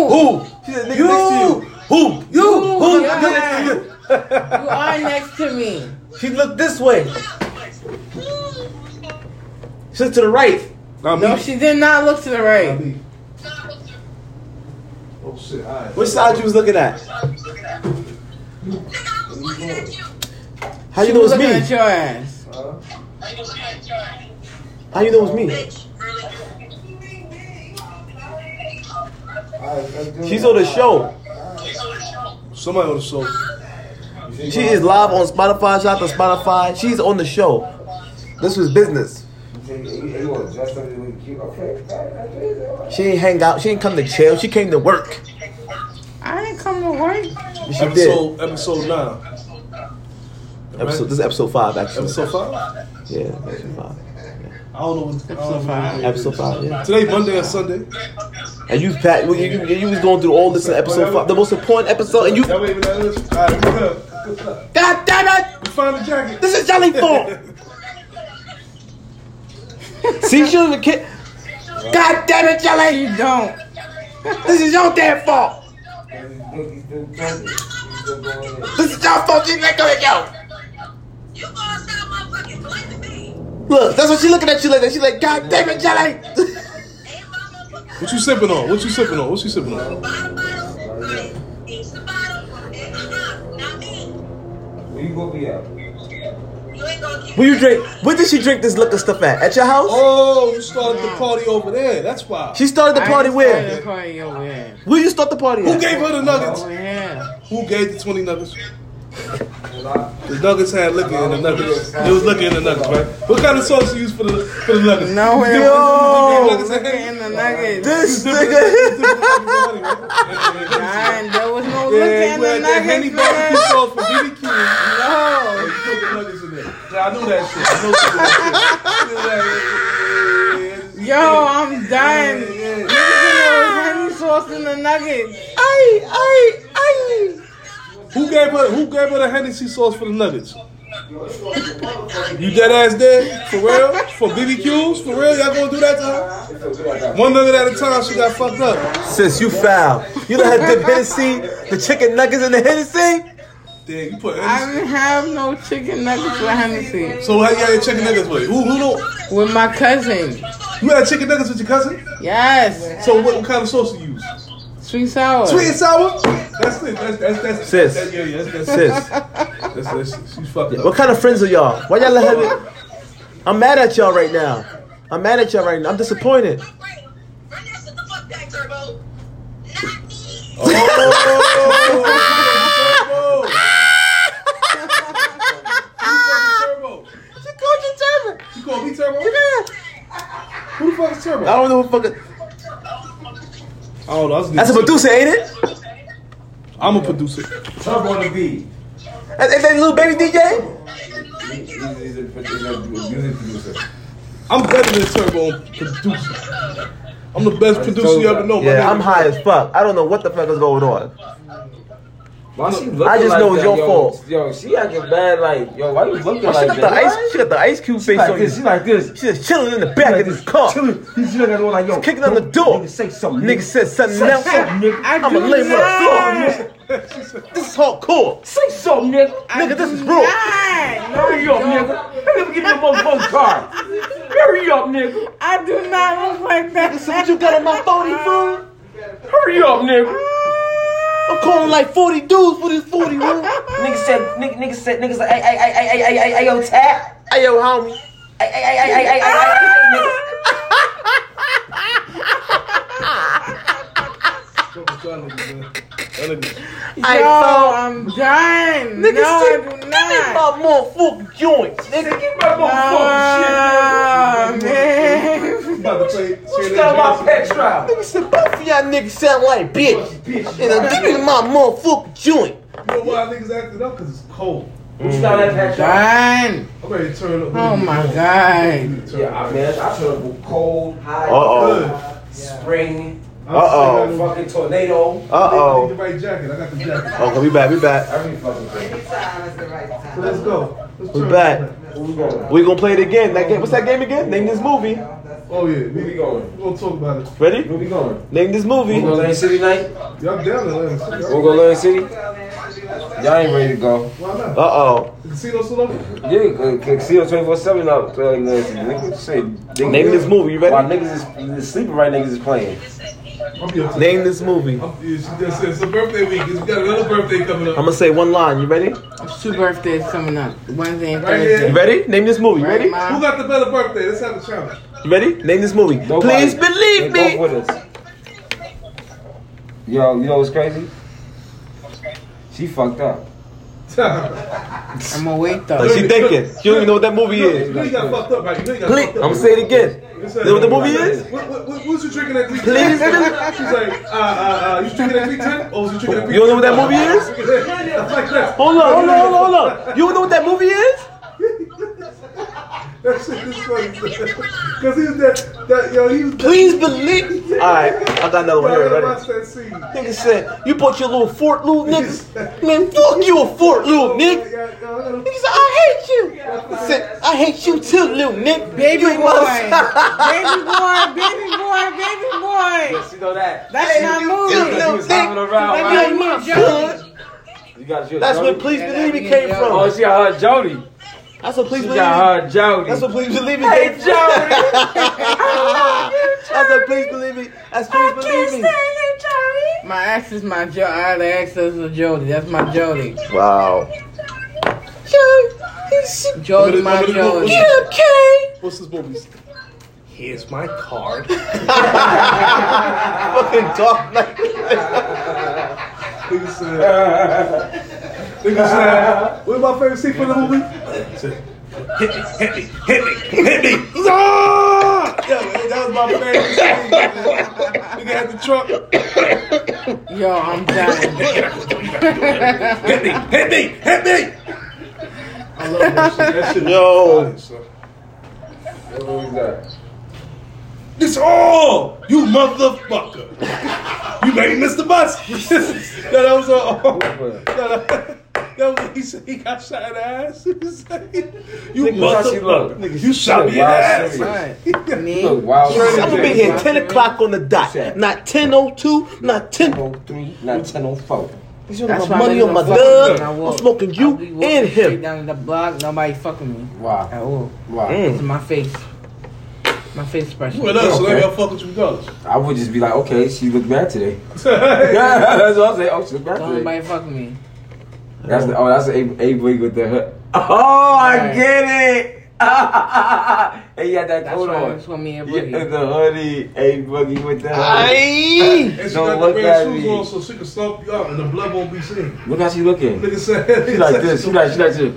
Speaker 2: Who? She said, nigga, next to you. Who? You?
Speaker 4: You,
Speaker 2: Who?
Speaker 4: yeah.
Speaker 2: Nigga next to you.
Speaker 4: you are next to me.
Speaker 1: She looked this way. She looked to the right.
Speaker 2: Not
Speaker 8: No,
Speaker 2: me.
Speaker 8: she did not look to the
Speaker 2: Not
Speaker 8: right.
Speaker 2: me. Oh shit! All right.
Speaker 1: Which side you was looking at? How you know
Speaker 8: was
Speaker 1: it's
Speaker 8: looking at
Speaker 1: me?
Speaker 8: your ass.
Speaker 1: How you know it's me? She's on the show.
Speaker 2: Somebody on the show.
Speaker 1: She is live on Spotify. Shout out to Spotify. She's on the show. This was business.
Speaker 3: You want to dress up really cute? Okay.
Speaker 1: She ain't hang out. She ain't come to chill. She came to work.
Speaker 8: I didn't come to work.
Speaker 1: She did.
Speaker 2: Episode episode nine.
Speaker 1: Episode, this is episode five, actually.
Speaker 2: Episode five.
Speaker 1: Yeah, episode five.
Speaker 2: I don't know what episode
Speaker 8: five.
Speaker 1: Episode five. Yeah.
Speaker 2: Today Monday or Sunday?
Speaker 1: And you, Pat, you, you, you was going through all this in episode five, the most important episode, and you.
Speaker 2: That way, that is. All right, we good. Good stuff.
Speaker 1: God damn it!
Speaker 2: We found the jacket.
Speaker 1: This is Jelly fault. See, she was a kid. God damn it, Jelly!
Speaker 8: You don't.
Speaker 1: This is your damn fault.
Speaker 3: He's still dressing. He's still going in.
Speaker 1: This is your fault. She's not gonna go. Look, that's what she looking at you like. that. She like, God damn it, Jelly!
Speaker 2: What you sipping on? What you sipping on? What you sipping on?
Speaker 1: Oh,
Speaker 7: uh-huh,
Speaker 3: Where you gonna be at?
Speaker 1: Where you drink? Where did she drink this liquor stuff at? At your house?
Speaker 2: Oh, you started the party over there. That's why.
Speaker 1: She started the party
Speaker 8: I
Speaker 1: where?
Speaker 8: didn't start the party over here.
Speaker 1: Where you start the party
Speaker 2: Who
Speaker 1: at?
Speaker 2: gave her the nuggets?
Speaker 8: Over here.
Speaker 2: Who gave the 20 nuggets? The nuggets had liquor in the nuggets. It was liquor in the nuggets, right? What kind of sauce you use for the for the nuggets?
Speaker 8: No, it
Speaker 1: Yo!
Speaker 8: wasn't looking in the nuggets.
Speaker 1: This nigga.
Speaker 8: Nine, there was no looking
Speaker 2: Yeah,
Speaker 8: in
Speaker 2: you
Speaker 8: the
Speaker 2: had that Henny
Speaker 8: nuggets.
Speaker 2: barbecue sauce
Speaker 8: man.
Speaker 2: for BBQ. No. You put the nuggets in there. Yeah, I know that shit. I know that shit.
Speaker 8: Yo, I'm dying.
Speaker 2: Yeah, yeah, yeah.
Speaker 8: Niggas in there was honey sauce in the nuggets.
Speaker 1: Ay, ay, ay.
Speaker 2: Who gave her Who gave her the Hennessy sauce for the nuggets? You dead ass dead for real for BBQs for real? Y'all gonna do that to her? One nugget at a time. She got fucked up.
Speaker 1: Sis, you foul. You done had the Hennessy, the chicken nuggets in the Hennessy?
Speaker 2: Damn, you put
Speaker 8: I
Speaker 2: Hennessy.
Speaker 8: didn't have no chicken nuggets with Hennessy.
Speaker 2: So how you got your chicken nuggets with? Who Who know?
Speaker 8: With my cousin.
Speaker 2: You had chicken nuggets with your cousin?
Speaker 8: Yes.
Speaker 2: So what, what kind of sauce you use?
Speaker 8: Sweet sour.
Speaker 2: Sweet and sour? That's it. That's that's that's
Speaker 1: Sis.
Speaker 2: That, yeah, yeah, that's, that's,
Speaker 1: Sis,
Speaker 2: that's, that's, she's fucked up.
Speaker 1: what kind of friends are y'all? Why y'all let her be- I'm mad at y'all right now. I'm mad at y'all right now. I'm disappointed.
Speaker 2: Oh, she called you turbo. She called me turbo. Who the fuck is turbo?
Speaker 1: I don't know what fucking.
Speaker 2: I don't know. I was
Speaker 1: That's a producer, ain't it?
Speaker 2: I'm a producer.
Speaker 3: Trump on the beat.
Speaker 1: That's ain't that little baby DJ?
Speaker 3: He's, he's, a, he's a music producer.
Speaker 2: I'm better than Turbo on producer. I'm the best producer you ever know. my
Speaker 1: Yeah,
Speaker 2: nigga.
Speaker 1: I'm high as fuck. I don't know what the fuck is going on.
Speaker 3: Why she looking
Speaker 1: I just
Speaker 3: like
Speaker 1: know it's
Speaker 3: that,
Speaker 1: your
Speaker 3: yo,
Speaker 1: fault.
Speaker 3: Yo, she acting bad like, yo, why you looking
Speaker 1: She
Speaker 3: like
Speaker 1: got the
Speaker 3: that?
Speaker 1: ice. She got the ice cube
Speaker 3: She
Speaker 1: face
Speaker 3: like
Speaker 1: on you.
Speaker 3: this, she like this.
Speaker 1: She just chilling in the back of this car.
Speaker 3: Chilling. He's looking at her like, yo,
Speaker 1: Kicking on the
Speaker 3: don't-
Speaker 1: door.
Speaker 3: Nigga, say something.
Speaker 1: Nigga said something
Speaker 3: Say
Speaker 1: else.
Speaker 3: something, nigga.
Speaker 1: I'm gonna
Speaker 8: do
Speaker 1: lay him on the
Speaker 8: not.
Speaker 1: floor. This is hardcore.
Speaker 3: Say something, nigga.
Speaker 1: Nigga, this is raw.
Speaker 8: Nine. No,
Speaker 3: Hurry up, nigga. Nigga, give me the motherfucking card. Hurry up, nigga.
Speaker 8: I do not look like that.
Speaker 1: So what you got on my phone, you fool?
Speaker 3: Hurry up, nigga.
Speaker 1: I'm calling like 40 dudes for this 40, man.
Speaker 3: Nigga said, nigga, nigga said, nigga said, ay, ay, ay, ay, ay, ay, ay, yo, tap.
Speaker 1: Hey, yo, homie.
Speaker 3: Ay, ay, ay, ay, ay, ay, ay, ay, ay, nigga.
Speaker 2: That nigga-
Speaker 1: I
Speaker 8: Yo,
Speaker 1: found
Speaker 8: I'm dying.
Speaker 1: Nigga,
Speaker 8: no, I
Speaker 1: see-
Speaker 8: do
Speaker 1: Get
Speaker 8: not.
Speaker 1: my motherfucking joints, nigga.
Speaker 3: Give me that motherfucking
Speaker 8: Oh, man.
Speaker 2: He's about to play.
Speaker 3: shit. Stop my pet trial.
Speaker 1: Nigga said both of y'all niggas sound like bitch. And I'm giving my motherfucking joint.
Speaker 2: You know why niggas acting up? Cause it's cold.
Speaker 3: What you got at that trial?
Speaker 8: Dying.
Speaker 2: I'm ready to turn up.
Speaker 8: Oh my god.
Speaker 3: Yeah, I mean, I turned cold, hot,
Speaker 1: Uh-oh.
Speaker 3: spring,
Speaker 2: Uh
Speaker 1: Uh-oh.
Speaker 3: fucking tornado.
Speaker 2: I need the right jacket. I got the jacket.
Speaker 1: Okay, we back, we back.
Speaker 3: Every fucking thing.
Speaker 2: Let's go. Let's
Speaker 1: We
Speaker 2: turn
Speaker 1: back.
Speaker 2: it up.
Speaker 3: Where we going?
Speaker 1: We gonna play it again. That game, what's that game again? Name this movie.
Speaker 2: Oh yeah.
Speaker 3: Where we
Speaker 2: We,
Speaker 3: going?
Speaker 2: we gonna talk about it.
Speaker 1: Ready?
Speaker 3: Where we going?
Speaker 1: Name this
Speaker 3: We
Speaker 1: movie.
Speaker 3: going to Lane City night?
Speaker 2: Y'all down there?
Speaker 3: We going to Lane City? Y'all ain't ready to go.
Speaker 2: Why
Speaker 1: Uh
Speaker 2: not?
Speaker 1: oh.
Speaker 2: The casino still open?
Speaker 3: Yeah, uh, Casino 24 7 now. Uh, nigga, shit. Nigga,
Speaker 1: Name this movie. You
Speaker 3: While
Speaker 1: ready?
Speaker 3: niggas is sleeping right, niggas is playing.
Speaker 2: I'm here. too.
Speaker 1: Name this movie. I'm
Speaker 2: I'm- It's, it's, it's a birthday week. It's, we got another birthday coming up.
Speaker 1: gonna say one line. You ready?
Speaker 8: Two birthdays coming up. Wednesday and
Speaker 2: Right
Speaker 8: Thursday.
Speaker 1: You ready? Name this movie. You ready?
Speaker 8: Ma?
Speaker 2: Who got the better birthday? Let's have a challenge.
Speaker 1: You ready? Name this movie.
Speaker 3: Nobody.
Speaker 1: Please believe
Speaker 3: They both
Speaker 1: me.
Speaker 3: With us. Yo, you know what's crazy? She fucked up.
Speaker 8: I'm awake though.
Speaker 1: Like she thinking. She don't even know what that movie
Speaker 2: You know- you
Speaker 1: is.
Speaker 2: know you got fucked up, right? You know you got
Speaker 1: Please.
Speaker 2: fucked
Speaker 1: I'm
Speaker 2: up.
Speaker 1: gonna say it again.
Speaker 2: It's
Speaker 1: Know what the movie is?
Speaker 2: What, what, what, what's you drinking that Greek
Speaker 1: Please.
Speaker 2: She's like, uh, uh, uh, you drinking that Greek tint? Oh, you drinking that Greek
Speaker 1: You don't know what that movie
Speaker 2: tint? Yeah, yeah, it's like that.
Speaker 1: Hold on, hold on, hold on, hold on. You know what that movie is?
Speaker 2: That shit is funny. Because he was that, that, yo, he was that.
Speaker 1: Please believe. All right, I got another one here.
Speaker 2: I
Speaker 1: Ready?
Speaker 2: watched that scene.
Speaker 1: Nigga said, you bought your little Fort Loop, niggas. Man, fuck you, a Fort Loop, nigga. Nigga said, I hate you. He said, I hate you too, little nigga.
Speaker 8: Baby
Speaker 1: You
Speaker 8: boy,
Speaker 1: ain't wanna-
Speaker 8: baby boy, baby boy, baby boy.
Speaker 3: You know that.
Speaker 8: That's my movie.
Speaker 1: Little
Speaker 3: Hopping
Speaker 1: dick.
Speaker 3: around,
Speaker 8: That
Speaker 3: right?
Speaker 8: ain't my Jody.
Speaker 3: You got your
Speaker 1: That's
Speaker 3: Jody?
Speaker 1: where Please Believe Me came
Speaker 3: Oh,
Speaker 1: from.
Speaker 3: she got her Jody.
Speaker 1: That's what Please
Speaker 3: She
Speaker 1: Believe Me.
Speaker 3: got her Jody.
Speaker 1: That's what Please Believe Me
Speaker 3: Hey,
Speaker 1: came from.
Speaker 3: Jody.
Speaker 1: I said, please believe me. That's please believe me.
Speaker 8: My ex is my Jody. I had an ex that's a Jody. That's my Jody.
Speaker 1: Wow.
Speaker 8: Jody, my Jody.
Speaker 2: What's this movie? Here's my card.
Speaker 1: Fucking dog like
Speaker 2: Nigga said. Nigga said. What's my favorite scene from the movie? Said, Hit me, hit me, hit me, hit me. Ah! Yeah, man, that was my favorite scene. man. Nigga had the truck.
Speaker 8: Yo, I'm dying.
Speaker 2: Hit me, hit me, hit me. I love that shit. That shit
Speaker 1: Yo.
Speaker 2: is funny, son.
Speaker 3: Who is that?
Speaker 2: It's all you motherfucker. You made me miss the bus. no, that was all. No, that, that was he said he got shot in the ass. He said, you
Speaker 3: how she look.
Speaker 2: motherfucker. You shot me in the
Speaker 3: Wild
Speaker 2: ass.
Speaker 3: serious.
Speaker 8: Right. Me?
Speaker 3: Look, wild.
Speaker 1: I'm gonna be here 10 o'clock on the dot. Not 10.02, not 10.
Speaker 3: 1003, not 1004.
Speaker 1: He's on
Speaker 8: That's
Speaker 1: my
Speaker 8: why
Speaker 1: money
Speaker 8: niggas
Speaker 1: on my
Speaker 8: don't fuck
Speaker 1: dub.
Speaker 8: with me. I will.
Speaker 1: I'm smoking
Speaker 8: I'll
Speaker 1: you
Speaker 8: be walking
Speaker 1: and
Speaker 8: straight
Speaker 1: him.
Speaker 8: Down the block, nobody fucking me.
Speaker 3: Wow.
Speaker 8: At all.
Speaker 3: Wow.
Speaker 1: Mm.
Speaker 8: It's my face. My face expression.
Speaker 2: Well, that's so I got fuck with you dollars.
Speaker 3: I would just be like, okay, she looked bad today. that's what I say. Oh, she looked bad
Speaker 8: Don't
Speaker 3: today.
Speaker 8: nobody fuck with me.
Speaker 3: That's the, oh, that's the A wig with the hood. Oh, I
Speaker 8: Right.
Speaker 3: get it. hey, yeah, that
Speaker 8: That's
Speaker 3: coat
Speaker 8: why
Speaker 3: on.
Speaker 8: it's gonna be a
Speaker 3: Yeah,
Speaker 8: boogie.
Speaker 3: the hoodie, a boogie with the hoodie.
Speaker 1: Aye.
Speaker 2: And she got
Speaker 3: Don't
Speaker 2: the
Speaker 3: look
Speaker 2: red
Speaker 3: at
Speaker 2: shoes
Speaker 3: me.
Speaker 2: on so she can stomp you out and the blood won't be seen.
Speaker 3: Look how she looking.
Speaker 2: Nigga said
Speaker 3: She like this. She like she like this.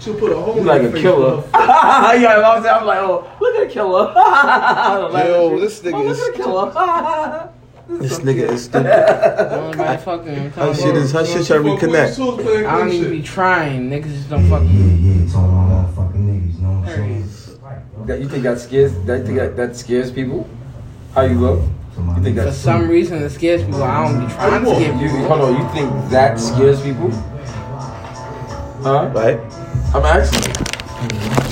Speaker 2: she'll put a hole
Speaker 3: She
Speaker 2: in
Speaker 3: like
Speaker 2: your
Speaker 3: a
Speaker 2: face,
Speaker 3: killer.
Speaker 2: motherfucker.
Speaker 3: yeah, I'm, I'm like, oh, look at a killer. Like,
Speaker 1: Yo, this nigga
Speaker 3: oh, look
Speaker 1: is-
Speaker 3: at a killer.
Speaker 1: This nigga is stupid.
Speaker 8: Don't nobody fuck with me. I'm
Speaker 1: Her
Speaker 8: telling
Speaker 1: shit
Speaker 8: you.
Speaker 1: is her
Speaker 2: So
Speaker 1: shit
Speaker 2: she
Speaker 1: trying to
Speaker 2: fuck with you
Speaker 1: reconnect.
Speaker 2: too, playing
Speaker 8: I don't
Speaker 2: good
Speaker 8: even
Speaker 2: shit.
Speaker 8: be trying. Niggas just don't fuck with me.
Speaker 1: Mm-hmm.
Speaker 9: yeah, it's all on motherfucking niggas, know what I'm saying?
Speaker 3: That, you think that scares? That you think that, that scares people? How you look? You think
Speaker 8: For
Speaker 3: that?
Speaker 8: some reason, it scares people. I don't be trying to scare
Speaker 3: You,
Speaker 8: people.
Speaker 3: hold on. You think that scares people? Huh?
Speaker 1: Right?
Speaker 3: I'm asking.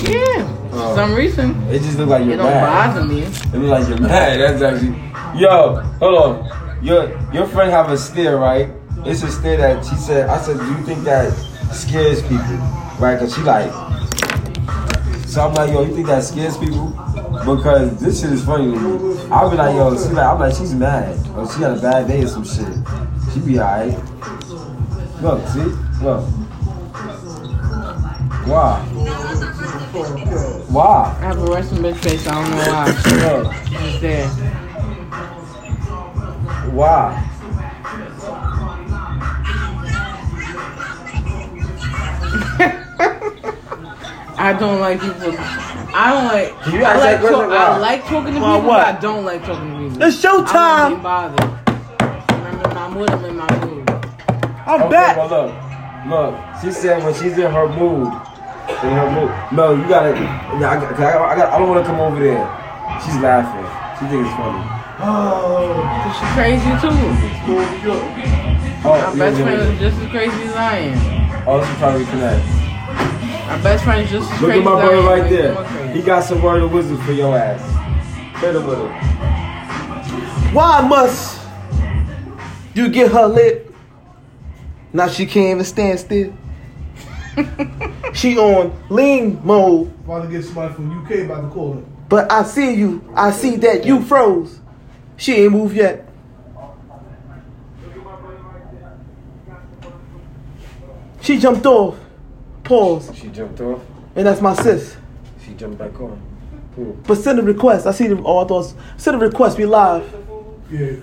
Speaker 8: Yeah. For some reason,
Speaker 3: you. It just look like
Speaker 8: it
Speaker 3: you're
Speaker 8: don't
Speaker 3: mad.
Speaker 8: bother me.
Speaker 3: It look like you're mad. That's actually. Yo, hold on. Your your friend have a stare, right? It's a stare that she said. I said, do you think that scares people? Right? Cause she like. So I'm like, yo, you think that scares people? Because this shit is funny to me. I'll be like, yo, she like, I'm like, she's mad. Or she had a bad day or some shit. She be alright. Look, see? Look. Why? Why?
Speaker 8: I have a resting bitch face. I don't know why.
Speaker 3: Look.
Speaker 8: It's there.
Speaker 3: Why?
Speaker 8: I don't like people. I don't like.
Speaker 3: Can you
Speaker 8: I
Speaker 3: ask
Speaker 8: like,
Speaker 3: that question?
Speaker 8: talk-
Speaker 3: Why?
Speaker 8: I like talking to people,
Speaker 1: Why what?
Speaker 8: but I don't like talking to people.
Speaker 1: It's showtime.
Speaker 8: I don't be bothered. Remember, when I'm with them in my room.
Speaker 1: I'm
Speaker 3: Okay,
Speaker 1: back.
Speaker 3: well, look, look. She said when she's in her mood, in her mood. No, you gotta. yeah, I, got- cause I, got- I, got- I don't want to come over there. She's laughing. She thinks it's funny.
Speaker 8: She's crazy too.
Speaker 3: Oh,
Speaker 8: My
Speaker 3: yeah,
Speaker 8: best
Speaker 3: yeah,
Speaker 8: friend
Speaker 3: yeah.
Speaker 8: is just as crazy as I am.
Speaker 3: Oh, she's trying to reconnect.
Speaker 8: My best friend is just as
Speaker 3: Look
Speaker 8: crazy
Speaker 3: at my
Speaker 8: as I
Speaker 3: brother
Speaker 8: am.
Speaker 3: right
Speaker 8: He's more
Speaker 3: there.
Speaker 8: crazy.
Speaker 3: He got some word of wisdom for your ass. Hit him with it.
Speaker 1: Why must you get her lit? Now she can't even stand still. she on lean mode,
Speaker 2: About to get somebody from UK about to call him.
Speaker 1: but I see you. I see that you froze. She ain't moved yet. She jumped off. Pause.
Speaker 3: She jumped off.
Speaker 1: And that's my sis.
Speaker 3: She jumped back on. Cool.
Speaker 1: But send a request. I see the all thoughts. Send a request. We live.
Speaker 2: Yeah.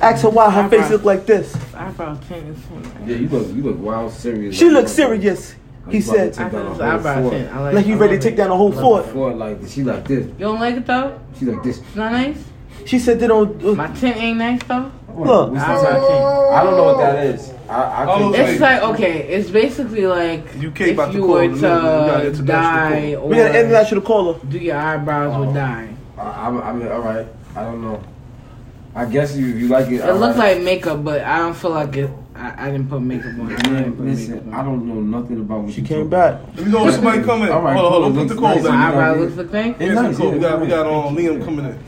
Speaker 1: Ask her why her face look like this.
Speaker 8: I found ten. I
Speaker 3: Yeah, you look you look wild serious.
Speaker 1: She
Speaker 3: Like,
Speaker 1: look
Speaker 3: you
Speaker 1: serious. He
Speaker 3: about to
Speaker 1: said,
Speaker 3: take down a
Speaker 8: found
Speaker 3: whole
Speaker 8: eyebrow
Speaker 3: floor.
Speaker 8: tint. I
Speaker 1: like you
Speaker 8: I
Speaker 1: ready
Speaker 8: love
Speaker 1: to take
Speaker 8: it.
Speaker 1: down the whole fort.
Speaker 3: Floor like this. She like this.
Speaker 8: You don't like it though?
Speaker 3: She like this.
Speaker 8: It's not nice.
Speaker 1: She said they don't. uh,
Speaker 8: My tent ain't nice though.
Speaker 1: Look.
Speaker 3: What's
Speaker 8: I
Speaker 3: that?
Speaker 8: rock it.
Speaker 3: I don't know what that is. I, I
Speaker 2: Oh,
Speaker 3: think
Speaker 8: It's like okay, it's basically like
Speaker 2: You came about
Speaker 8: if
Speaker 2: to
Speaker 8: you
Speaker 2: call
Speaker 8: were
Speaker 2: it, we got
Speaker 8: to
Speaker 2: international
Speaker 8: die
Speaker 1: we got an
Speaker 8: or
Speaker 1: international caller.
Speaker 8: do your eyebrows would die.
Speaker 3: I, I'm, I mean, all right. I don't know. I guess you you like it.
Speaker 8: It looked like makeup, but I don't feel like it. I, I didn't put makeup on. I didn't
Speaker 3: Man,
Speaker 8: put
Speaker 3: listen,
Speaker 8: makeup
Speaker 3: I
Speaker 8: on.
Speaker 3: don't know nothing about what
Speaker 1: She
Speaker 3: you
Speaker 1: came
Speaker 3: talking
Speaker 1: back.
Speaker 2: Let me know when somebody come in.
Speaker 3: All right,
Speaker 2: hold on, hold on.
Speaker 3: cool.
Speaker 2: Put the
Speaker 3: Looks
Speaker 2: call
Speaker 3: nice.
Speaker 2: down.
Speaker 8: My
Speaker 3: I-
Speaker 8: eyebrow looks like thing.
Speaker 3: It
Speaker 2: Here's the
Speaker 3: nice,
Speaker 2: call. We
Speaker 3: yeah,
Speaker 2: got, we got
Speaker 3: nice.
Speaker 2: um, Liam coming in.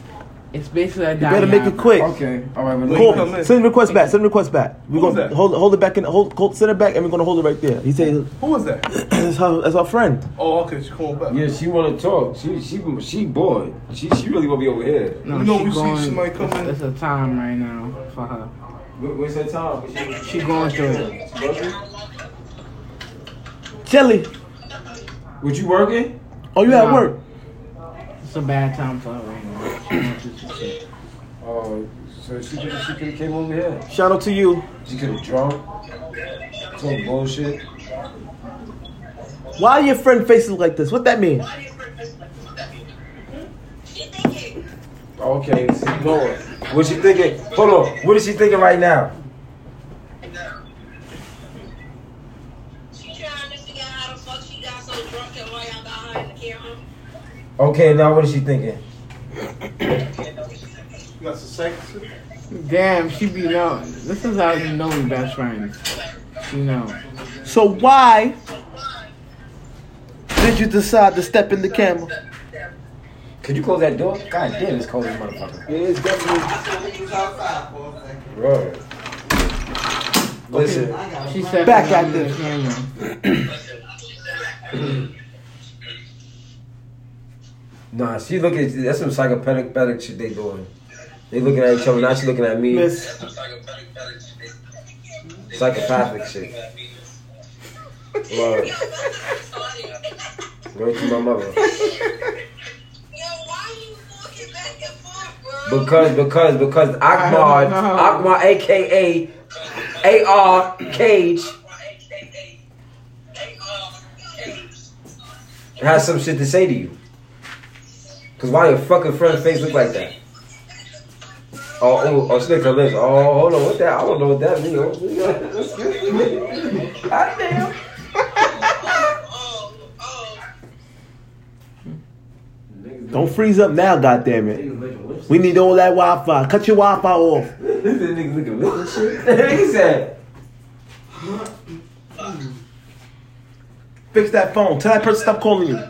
Speaker 8: It's basically like
Speaker 1: Better make it quick.
Speaker 3: about. Okay, all right. Well,
Speaker 1: Call,
Speaker 3: let me-
Speaker 2: Come in.
Speaker 1: send the request back. Send the request back. We're
Speaker 2: Who was
Speaker 1: gonna
Speaker 2: that?
Speaker 1: hold, hold it back and hold, hold send it back, and we're gonna hold it right there. He said
Speaker 2: Who was that?
Speaker 1: that's our, that's our friend.
Speaker 2: Oh, okay. She called back.
Speaker 3: Yeah, she want to talk. She she she bored. She she really want to be over here.
Speaker 8: No,
Speaker 2: You know
Speaker 8: she
Speaker 2: we see
Speaker 8: going,
Speaker 2: somebody come
Speaker 8: it's,
Speaker 2: in.
Speaker 8: it's a time right now for her.
Speaker 3: Wh- Where's her time? She-
Speaker 8: She going through it.
Speaker 1: Jelly,
Speaker 3: Was you working?
Speaker 1: oh you at
Speaker 8: Nah.
Speaker 1: work?
Speaker 8: It's a bad time for her right now. She going through some shit.
Speaker 3: Oh, so she could she could came over here.
Speaker 1: Shout out to you.
Speaker 3: She could have drunk. Talk bullshit.
Speaker 1: Why your friend faces like this? What that mean?
Speaker 3: Okay, she going. What's she thinking? Hold on. What is she thinking right now? Okay, now what is she thinking?
Speaker 2: You got some sex?
Speaker 8: Damn, she be knowing. This is how you know we best friends. You know.
Speaker 1: So why did you decide to step in the camera?
Speaker 3: Could you close that door? God damn, it's cold as a motherfucker. It is definitely. Bro. Listen,
Speaker 8: She said
Speaker 1: Back at
Speaker 8: the
Speaker 1: this.
Speaker 8: camera.
Speaker 3: nah, she looking. That's some psychopathic pathetic shit they doing. They looking at each other. Now she looking at me.
Speaker 1: Miss,
Speaker 3: Psychopathic shit. Lord, go to my mother. Because, because, because Akmar, Akmar, aka AR Cage,
Speaker 7: uh,
Speaker 3: has some shit to say to you. Because why your fucking front face look like that? Oh, oh, oh, slick her lips. Oh, hold on, what that? I don't know what that Oh, means. God damn.
Speaker 1: don't freeze up now, goddamn it. We need all that Wi-Fi. Cut your Wi-Fi off.
Speaker 3: This is niggas looking lit and shit. he said,
Speaker 1: Fix that phone. Tell that person stop calling you.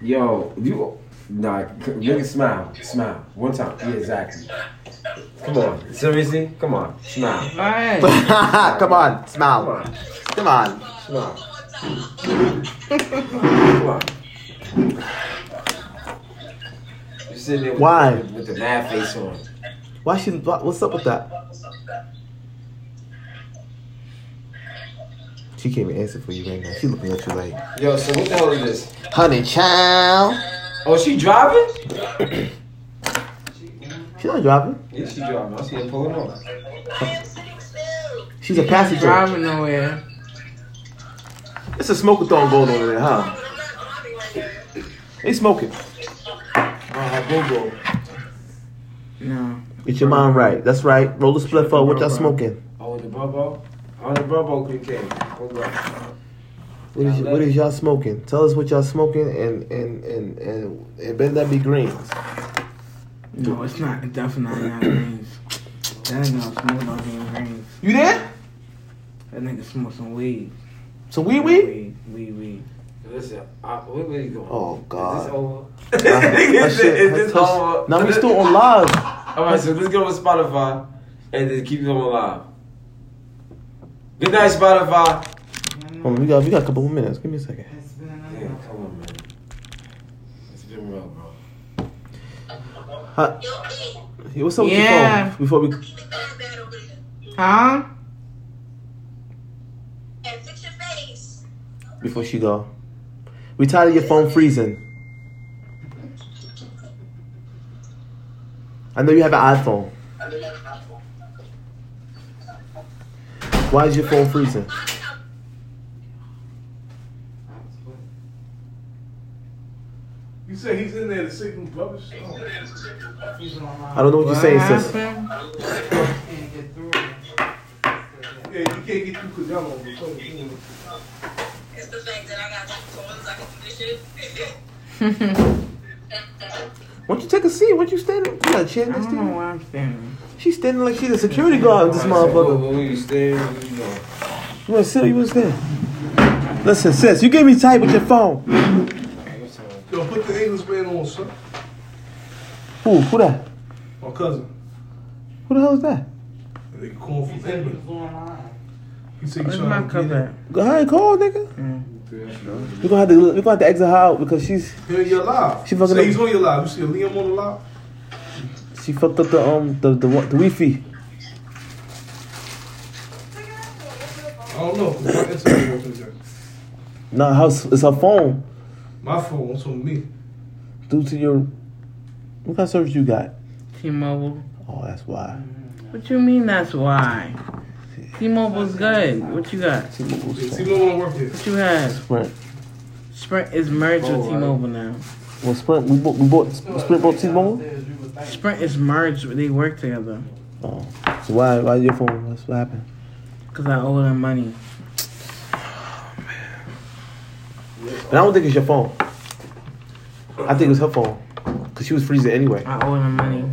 Speaker 3: "Yo, you, nah, c- nigga, smile, smile, one time, yeah, exactly. Come on, seriously, come on, smile,
Speaker 8: Alright.
Speaker 1: Come on,
Speaker 3: come
Speaker 1: smile.
Speaker 3: on,
Speaker 1: Come on.
Speaker 3: smile, come on." You sitting there with,
Speaker 1: Why?
Speaker 3: The, with the mad face on?
Speaker 1: Why she? wha- What's up with that? She can't even answer for you right now. She looking at you like,
Speaker 3: Yo, so what the hell is this?
Speaker 1: honey, child.
Speaker 3: Oh, she driving?
Speaker 1: She's not driving.
Speaker 3: Yeah, she driving. I see her pulling off.
Speaker 1: She's a
Speaker 8: She's
Speaker 1: passenger.
Speaker 8: driving nowhere.
Speaker 1: It's a smoke-a-thon going on in there, huh? They smoking.
Speaker 3: Ah, go
Speaker 8: No.
Speaker 1: Get your mind right. That's right. Roll the split for what y'all smoking.
Speaker 3: Oh, the bubble. Oh, the bubble cream cake. Hold up.
Speaker 1: What is, what is y'all smoking? Tell us what y'all smoking and and and and it better not be greens.
Speaker 8: No, it's not. It's definitely not greens. That ain't no smoke no damn greens.
Speaker 1: You there?
Speaker 8: That nigga smoke some weed.
Speaker 1: So we we.
Speaker 8: Weed, weed, weed.
Speaker 3: Listen, I, where, where you going?
Speaker 1: Oh
Speaker 3: Is this
Speaker 1: God.
Speaker 3: over?
Speaker 1: That
Speaker 3: is,
Speaker 1: shit-
Speaker 3: this
Speaker 1: that's-
Speaker 3: over?
Speaker 1: Now we still on live.
Speaker 3: All right, so let's go on Spotify and then keep it on live. Good night, Spotify.
Speaker 1: Hold on, we got we got a couple more minutes. Give me a second.
Speaker 3: Damn, come on, man. It's been real, bro.
Speaker 1: Huh? Hey, what's up with
Speaker 10: Yeah.
Speaker 1: your phone? Before we
Speaker 10: Huh?
Speaker 1: before she go, we tired of your phone freezing. I know you have an iPhone. Why is your phone freezing?
Speaker 2: You said he's in there to signal publish.
Speaker 1: I don't know what you're saying, sis.
Speaker 2: Yeah, you can't get through because y'all on the phone.
Speaker 1: Why don't you take a seat? Why don't you stand? You got a chair next to you?
Speaker 8: why I'm standing.
Speaker 1: She's standing like she's a security guard. This motherfucker.
Speaker 3: When we was there, you know.
Speaker 1: You want to sit? Or you want to stand? Listen, sis, you gave me tight with your phone.
Speaker 2: Yo, put the Englishman on, son.
Speaker 1: Who? Who that?
Speaker 2: My cousin.
Speaker 1: Who the hell is that?
Speaker 2: And they call from England. He said he's
Speaker 8: Where's
Speaker 2: trying
Speaker 8: my
Speaker 2: to get
Speaker 8: cover?
Speaker 2: in.
Speaker 1: Go ahead, call nigga.
Speaker 2: Yeah.
Speaker 1: We're gonna have to we're gonna have to exit her out because she's
Speaker 2: Here you're live.
Speaker 1: She fucking
Speaker 2: Say
Speaker 1: up-
Speaker 2: he's on your live. You see Liam on the live?
Speaker 1: she fucked up the um the the, wa- the Wi-Fi.
Speaker 2: I don't know. 'cause my internet wasn't there.
Speaker 1: Nah, her, it's her phone.
Speaker 2: My phone, it's on me.
Speaker 1: Due to your what kind of service you got?
Speaker 8: T-Mobile.
Speaker 1: Oh, that's why.
Speaker 8: What you mean that's why? T-Mobile's good. What you got?
Speaker 2: Yeah,
Speaker 1: T-Mobile's
Speaker 2: See,
Speaker 1: phone.
Speaker 2: no one work here.
Speaker 8: What you have?
Speaker 1: Sprint.
Speaker 8: Sprint is merged with
Speaker 3: Alright.
Speaker 8: T-Mobile now.
Speaker 1: Well, Sprint we bought we bought Sprint bought T-Mobile.
Speaker 8: Sprint is merged. They work together.
Speaker 1: Oh, so why why your phone? What's what happened?
Speaker 8: Cause I owe them money.
Speaker 1: But I don't think it's your phone. I think it was her phone because she was freezing anyway.
Speaker 8: I owe them money.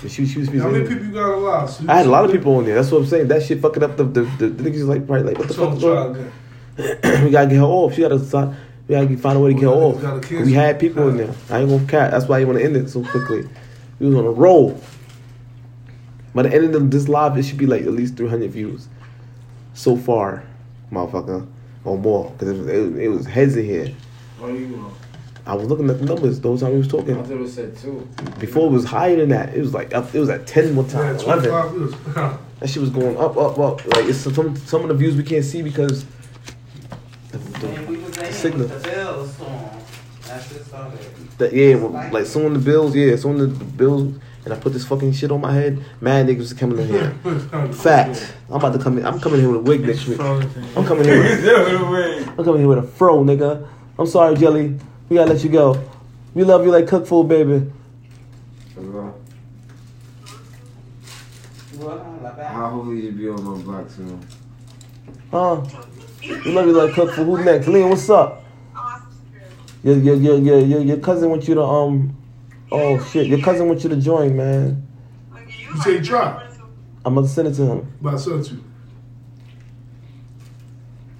Speaker 1: But She she was freezing.
Speaker 2: How many
Speaker 1: anyway.
Speaker 2: people you got on live? So
Speaker 1: I had a lot of people on there. That's what I'm saying. That shit fucking up the the, the, the niggas is like probably like what the
Speaker 2: So
Speaker 1: fuck
Speaker 2: I'm
Speaker 1: is going
Speaker 2: trying
Speaker 1: on?
Speaker 2: again.
Speaker 1: we gotta get her off. She gotta start, we gotta get- find a way to get her
Speaker 2: Well,
Speaker 1: off.
Speaker 2: niggas gotta cancel.
Speaker 1: We had people in there. I ain't gonna cat. That's why you wanna end it so quickly. We was on a roll. By the end of this live, it should be like at least 300 views so far, motherfucker, or more. Cause it was it, it was heads in here.
Speaker 3: Why you know?
Speaker 1: I was looking at the numbers those time we was
Speaker 3: I
Speaker 1: talking.
Speaker 3: thought it said two.
Speaker 1: Before it was higher than that. It was like up, it was at 10 one
Speaker 2: Yeah,
Speaker 1: time, 11.
Speaker 2: 25 years.
Speaker 1: That shit was going up, up, up. Like it's some some of the views we can't see because the, the, Signal.
Speaker 6: The Bills song. That's just all it.
Speaker 1: the yeah, well, like soon the bills, yeah, soon the, the bills, and I put this fucking shit on my head. Mad niggas is coming in here. Fact, I'm about to come in. I'm coming here with a wig next week.
Speaker 8: Frozen.
Speaker 1: I'm coming here. With, I'm coming here with a fro, nigga. I'm sorry, Jelly. We gotta let you go. We love you like cook food, baby.
Speaker 3: How holy you be on my block soon?
Speaker 1: Huh? We love you like cook food. Who next? Liam, what's up? Your your your your your, your cousin wants you to um. Oh shit! Your cousin wants you to join, man.
Speaker 2: You say try.
Speaker 1: I'm gonna send it to him.
Speaker 2: But I sent you.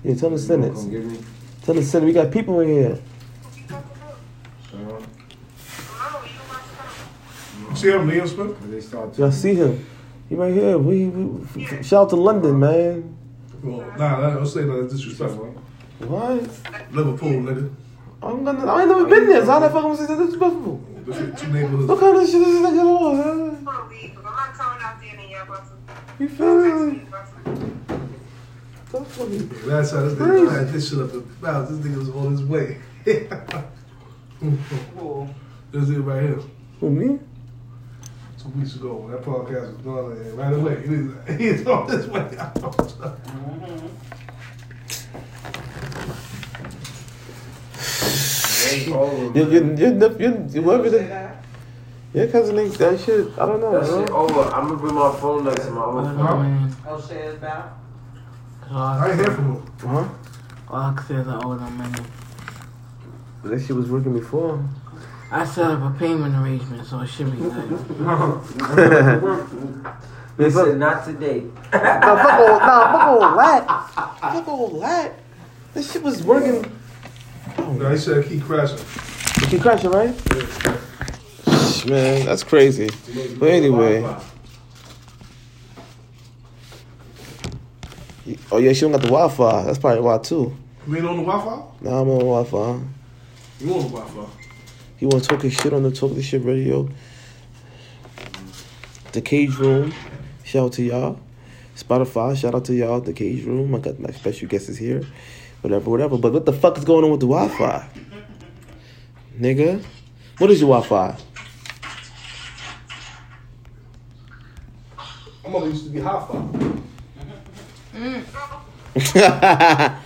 Speaker 1: Yeah, tell him to send
Speaker 3: Come
Speaker 1: it.
Speaker 3: get me.
Speaker 1: Tell him to send it. We got people in here.
Speaker 3: Uh-huh.
Speaker 2: You see him, Liam Smith?
Speaker 3: When they start to
Speaker 1: Y'all see him? He right here. We, we f- f- shout out to London, man.
Speaker 2: Well, nah, that- don't say that. That's disrespectful.
Speaker 1: What?
Speaker 2: Liverpool, nigga.
Speaker 1: I'm gonna. I ain't never been there. So how the fuck am I supposed to disrespectful?
Speaker 2: The Two neighborhoods.
Speaker 1: What kind of shit is this nigga on? huh? You feel me? That's fucking
Speaker 2: Last time this nigga had this shit up the mouth, this nigga was on his way. this nigga right here.
Speaker 1: Who me?
Speaker 2: Two weeks ago, when that podcast was done, and right away, he was, he was on his way out.
Speaker 3: over.
Speaker 1: Your your your nep- your whoever that. Your cousin ain't that shit. I don't know.
Speaker 3: That shit
Speaker 1: Bro.
Speaker 3: over. I'm gonna bring my phone next to my
Speaker 8: I
Speaker 3: old
Speaker 8: don't know,
Speaker 3: phone.
Speaker 8: man.
Speaker 6: Oh, shit, it's about.
Speaker 2: I
Speaker 8: All
Speaker 2: ain't here for him.
Speaker 1: Huh?
Speaker 8: I can say is I owe them money.
Speaker 1: That shit was working before.
Speaker 8: I set up a payment arrangement, so it should be good.
Speaker 3: They said not today.
Speaker 1: Nah, fuck all, nah, fuck all that. Fuck all that. This shit was working. Oh.
Speaker 2: No, he said keep crashing.
Speaker 1: He crashing, right? Man, that's crazy. But anyway, Oh yeah, she don't got the Wi Fi. That's probably why too.
Speaker 2: You ain't on the Wi-Fi?
Speaker 1: Nah, I'm on Wi Fi.
Speaker 2: You on the Wi-Fi?
Speaker 1: He want to talk his shit on the Talk This Shit Radio. The Cage Room. Shout out to y'all. Spotify. Shout out to y'all. The Cage Room. I got my special guests is here. Whatever, whatever. But what the fuck is going on with the Wi Fi? Nigga. What is your Wi Fi?
Speaker 2: I'm gonna used to be Hi-Fi.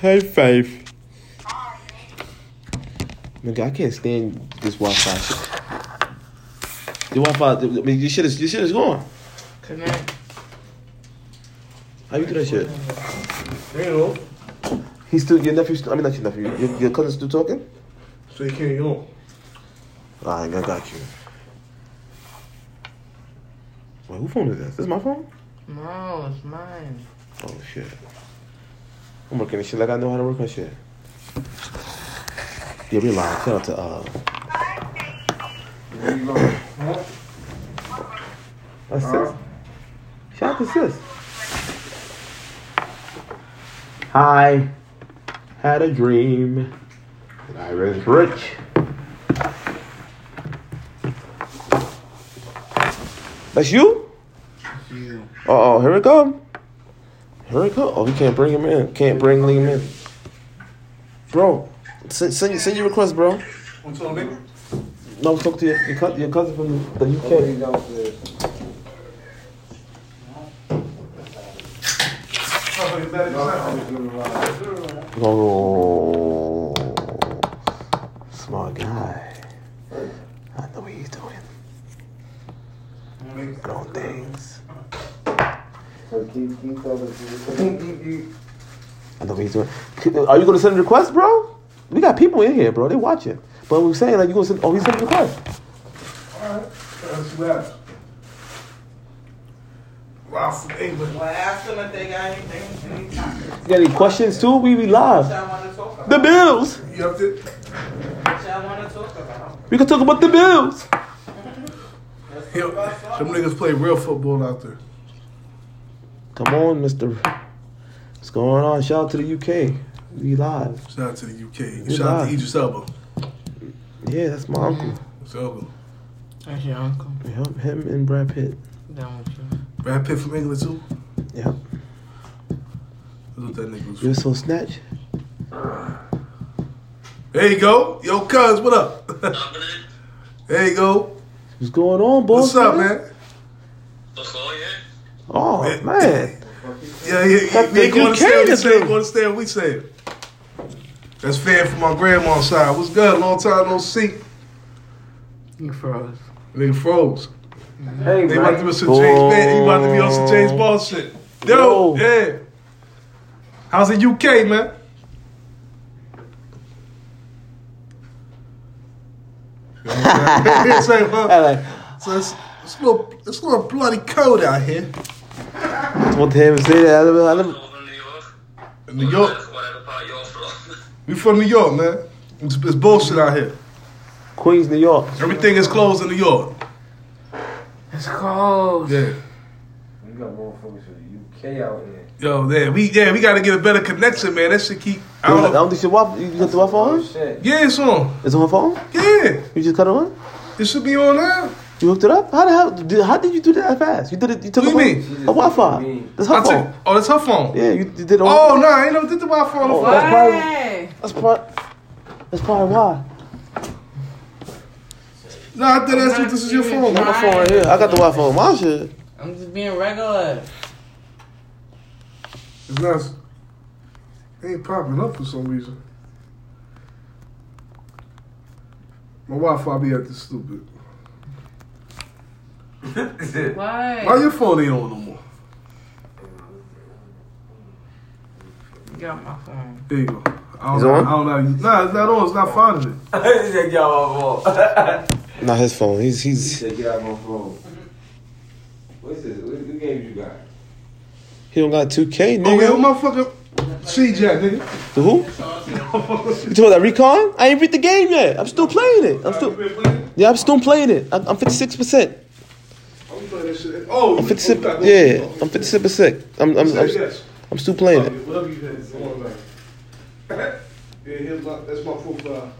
Speaker 1: High five. Nigga, I can't stand this Wi Fi shit. The Wi Fi, I mean, your shit is, your shit is gone.
Speaker 6: Connect.
Speaker 1: How you do that shit?
Speaker 2: There you go.
Speaker 1: He's still, your nephew's, I mean, not your nephew, your, your cousin's still talking?
Speaker 2: So you can't go.
Speaker 1: Alright, I got you. Wait, who phone is this? This my phone?
Speaker 6: No, it's mine.
Speaker 1: Oh shit. I'm working this shit like I know how to work my shit. Yeah, we live. Shout out to uh
Speaker 3: Where you going? Huh?
Speaker 1: that's sis.
Speaker 3: Uh-huh.
Speaker 1: Shout out to sis. Hi. Had a dream. And I was rich. That's you? Uh oh, here it come. Here it come. Oh, he can't bring him in. Can't bring him in. Bro, send send, send your request, bro.
Speaker 2: Want to tell a nigga?
Speaker 1: No, talk to your your, cou- your cousin from the UK.
Speaker 2: Oh, you better
Speaker 1: Oh, smart guy. I know what he's doing. Grown things. I know what he's doing. Are you gonna send a request, bro? We got people in here, bro. They watching. But we're saying like you gonna send. Oh, he's sending a request.
Speaker 2: Alright, that's what happens. Rob from England.
Speaker 6: Well, ask them if they got anything, any topics
Speaker 1: You got any questions too? We be live.
Speaker 6: y'all want to talk about.
Speaker 1: The bills.
Speaker 2: You have to.
Speaker 6: What y'all want to talk about.
Speaker 1: We can talk about the bills.
Speaker 2: Yo, Them niggas play real football out there.
Speaker 1: Come on, Mister. What's going on? Shout out to the UK. We live.
Speaker 2: Shout out to the UK. And shout out to Idris Elba.
Speaker 1: Yeah, that's my uncle.
Speaker 2: It's Elba.
Speaker 4: That's your uncle.
Speaker 1: Yep, him and Brad Pitt.
Speaker 4: Down with you.
Speaker 2: Brad Pitt from England too.
Speaker 1: Yep.
Speaker 2: That's what that nigga was.
Speaker 1: You're so snatch.
Speaker 2: There you go. Yo, cuz, what up? there you go.
Speaker 1: What's going on, boss?
Speaker 2: What's up, man?
Speaker 1: Oh
Speaker 2: Yeah.
Speaker 1: man,
Speaker 2: Yeah, yeah. yeah.
Speaker 1: That's
Speaker 2: We ain't
Speaker 1: the
Speaker 2: going
Speaker 1: UK
Speaker 2: to stand. We
Speaker 1: that's
Speaker 2: say,
Speaker 1: been-
Speaker 2: going to stand. We say. That's fan from my grandma's side. What's good? Long time no see.
Speaker 4: You froze.
Speaker 2: Nigga froze.
Speaker 3: Hey,
Speaker 2: They about to
Speaker 3: man.
Speaker 2: be some James Bond. You about to be on some James Bond shit. Yo,
Speaker 1: Yo.
Speaker 2: yeah. How's the UK, man? It's like, huh?
Speaker 1: Alright.
Speaker 2: So it's, it's, a little, it's a little bloody cold out here.
Speaker 1: want to hear him say that? I never, I never.
Speaker 2: In New York. We from New York, man. It's, it's bullshit out here.
Speaker 1: Queens, New York.
Speaker 2: Everything is closed in New York.
Speaker 4: It's cold.
Speaker 2: Yeah.
Speaker 3: We got motherfuckers from the UK out here.
Speaker 2: Yo, yeah, we yeah, we gotta get a better connection, man. That shit keep I
Speaker 1: I don't,
Speaker 2: don't know.
Speaker 1: think she wife. You got the wife on? her?
Speaker 3: Shit.
Speaker 2: Yeah, it's on.
Speaker 1: It's on her phone.
Speaker 2: Yeah.
Speaker 1: You just cut it on.
Speaker 2: It should be on now.
Speaker 1: You hooked it up. How the hell? Did, how did you do that fast? You did it. You took
Speaker 2: What
Speaker 1: her
Speaker 2: you
Speaker 1: phone?
Speaker 2: mean?
Speaker 1: Her Wi-Fi.
Speaker 3: mean.
Speaker 1: That's
Speaker 2: I
Speaker 1: her
Speaker 2: took-
Speaker 1: phone.
Speaker 2: oh, that's her phone.
Speaker 1: Yeah, you, you did it.
Speaker 2: Oh
Speaker 1: On.
Speaker 2: no, I ain't never did the Wi Fi on the
Speaker 1: Oh,
Speaker 2: phone.
Speaker 1: that's probably.
Speaker 6: Hey.
Speaker 1: That's probably. That's probably why.
Speaker 2: No, I thought that's what this is your phone.
Speaker 1: My phone right here. I got the Wi-Fi on my shit.
Speaker 6: I'm just being regular.
Speaker 2: It's not. It ain't popping up for some reason. My Wi Fi be acting stupid.
Speaker 6: Why?
Speaker 2: Why your phone ain't on no more?
Speaker 6: You got my phone.
Speaker 2: There you go. I don't,
Speaker 1: It's on?
Speaker 2: I don't know. how you- Nah, it's not on. It's not finding it.
Speaker 3: He said, get out my phone.
Speaker 1: Not his phone. He's
Speaker 3: He
Speaker 1: he's
Speaker 3: said, get out my phone. What's this? What, what games you got?
Speaker 1: he don't got two K
Speaker 2: Oh,
Speaker 1: nigga.
Speaker 2: yeah, who motherfucker? CJ, nigga.
Speaker 1: The who? You talking about recon? I ain't read the game yet. I'm still playing it. I'm still
Speaker 2: You been playing?
Speaker 1: yeah. I'm still playing it. I'm, I'm 56 percent.
Speaker 2: I'm playing that shit. Oh,
Speaker 1: I'm
Speaker 2: you-
Speaker 1: 57.
Speaker 2: okay, go-
Speaker 1: Yeah, I'm 57 sick. I'm I'm
Speaker 2: Say
Speaker 1: I'm,
Speaker 2: yes. Oh,
Speaker 1: I'm still playing it.
Speaker 2: Whatever you had, come on back. yeah, here's my, that's my profile.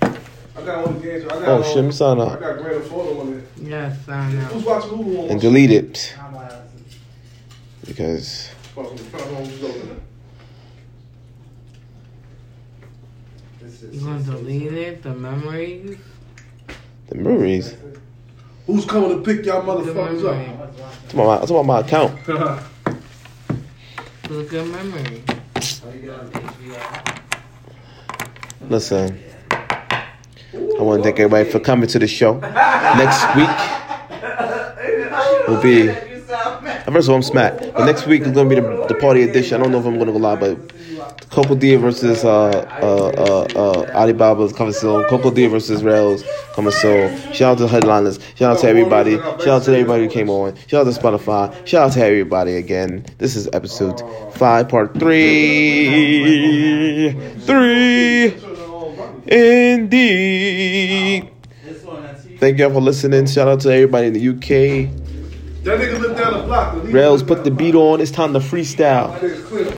Speaker 2: I got all the games. I got
Speaker 1: Oh,
Speaker 2: all-
Speaker 1: shit, let me sign out.
Speaker 2: I got Grand Theft Auto on it.
Speaker 8: Yes, I know.
Speaker 2: Who's watching Hulu on
Speaker 1: And delete it because
Speaker 8: You gonna delete it? The memories?
Speaker 1: the memories.
Speaker 2: Who's coming to pick y'all motherfuckers up?
Speaker 1: It's about my, it's about my account.
Speaker 8: It's a good memory.
Speaker 1: Listen, I want to thank everybody for coming to the show. Next week will be. First of all, I'm smacked. But next week is gonna be the, the party edition. I don't know if I'm gonna go live, but Coco D versus uh uh uh, uh Alibaba's coming soon. Coco D versus Rails coming soon. Shout out to the headliners. Shout out to everybody. Shout out to everybody who came on. Shout out to Spotify. Shout out to everybody again. This is episode five, part three, three. Indeed. Thank y'all for listening. Shout out to everybody in the UK.
Speaker 2: That nigga live down the block.
Speaker 1: Rails, put the beat on. It's time to freestyle.
Speaker 2: That nigga clear.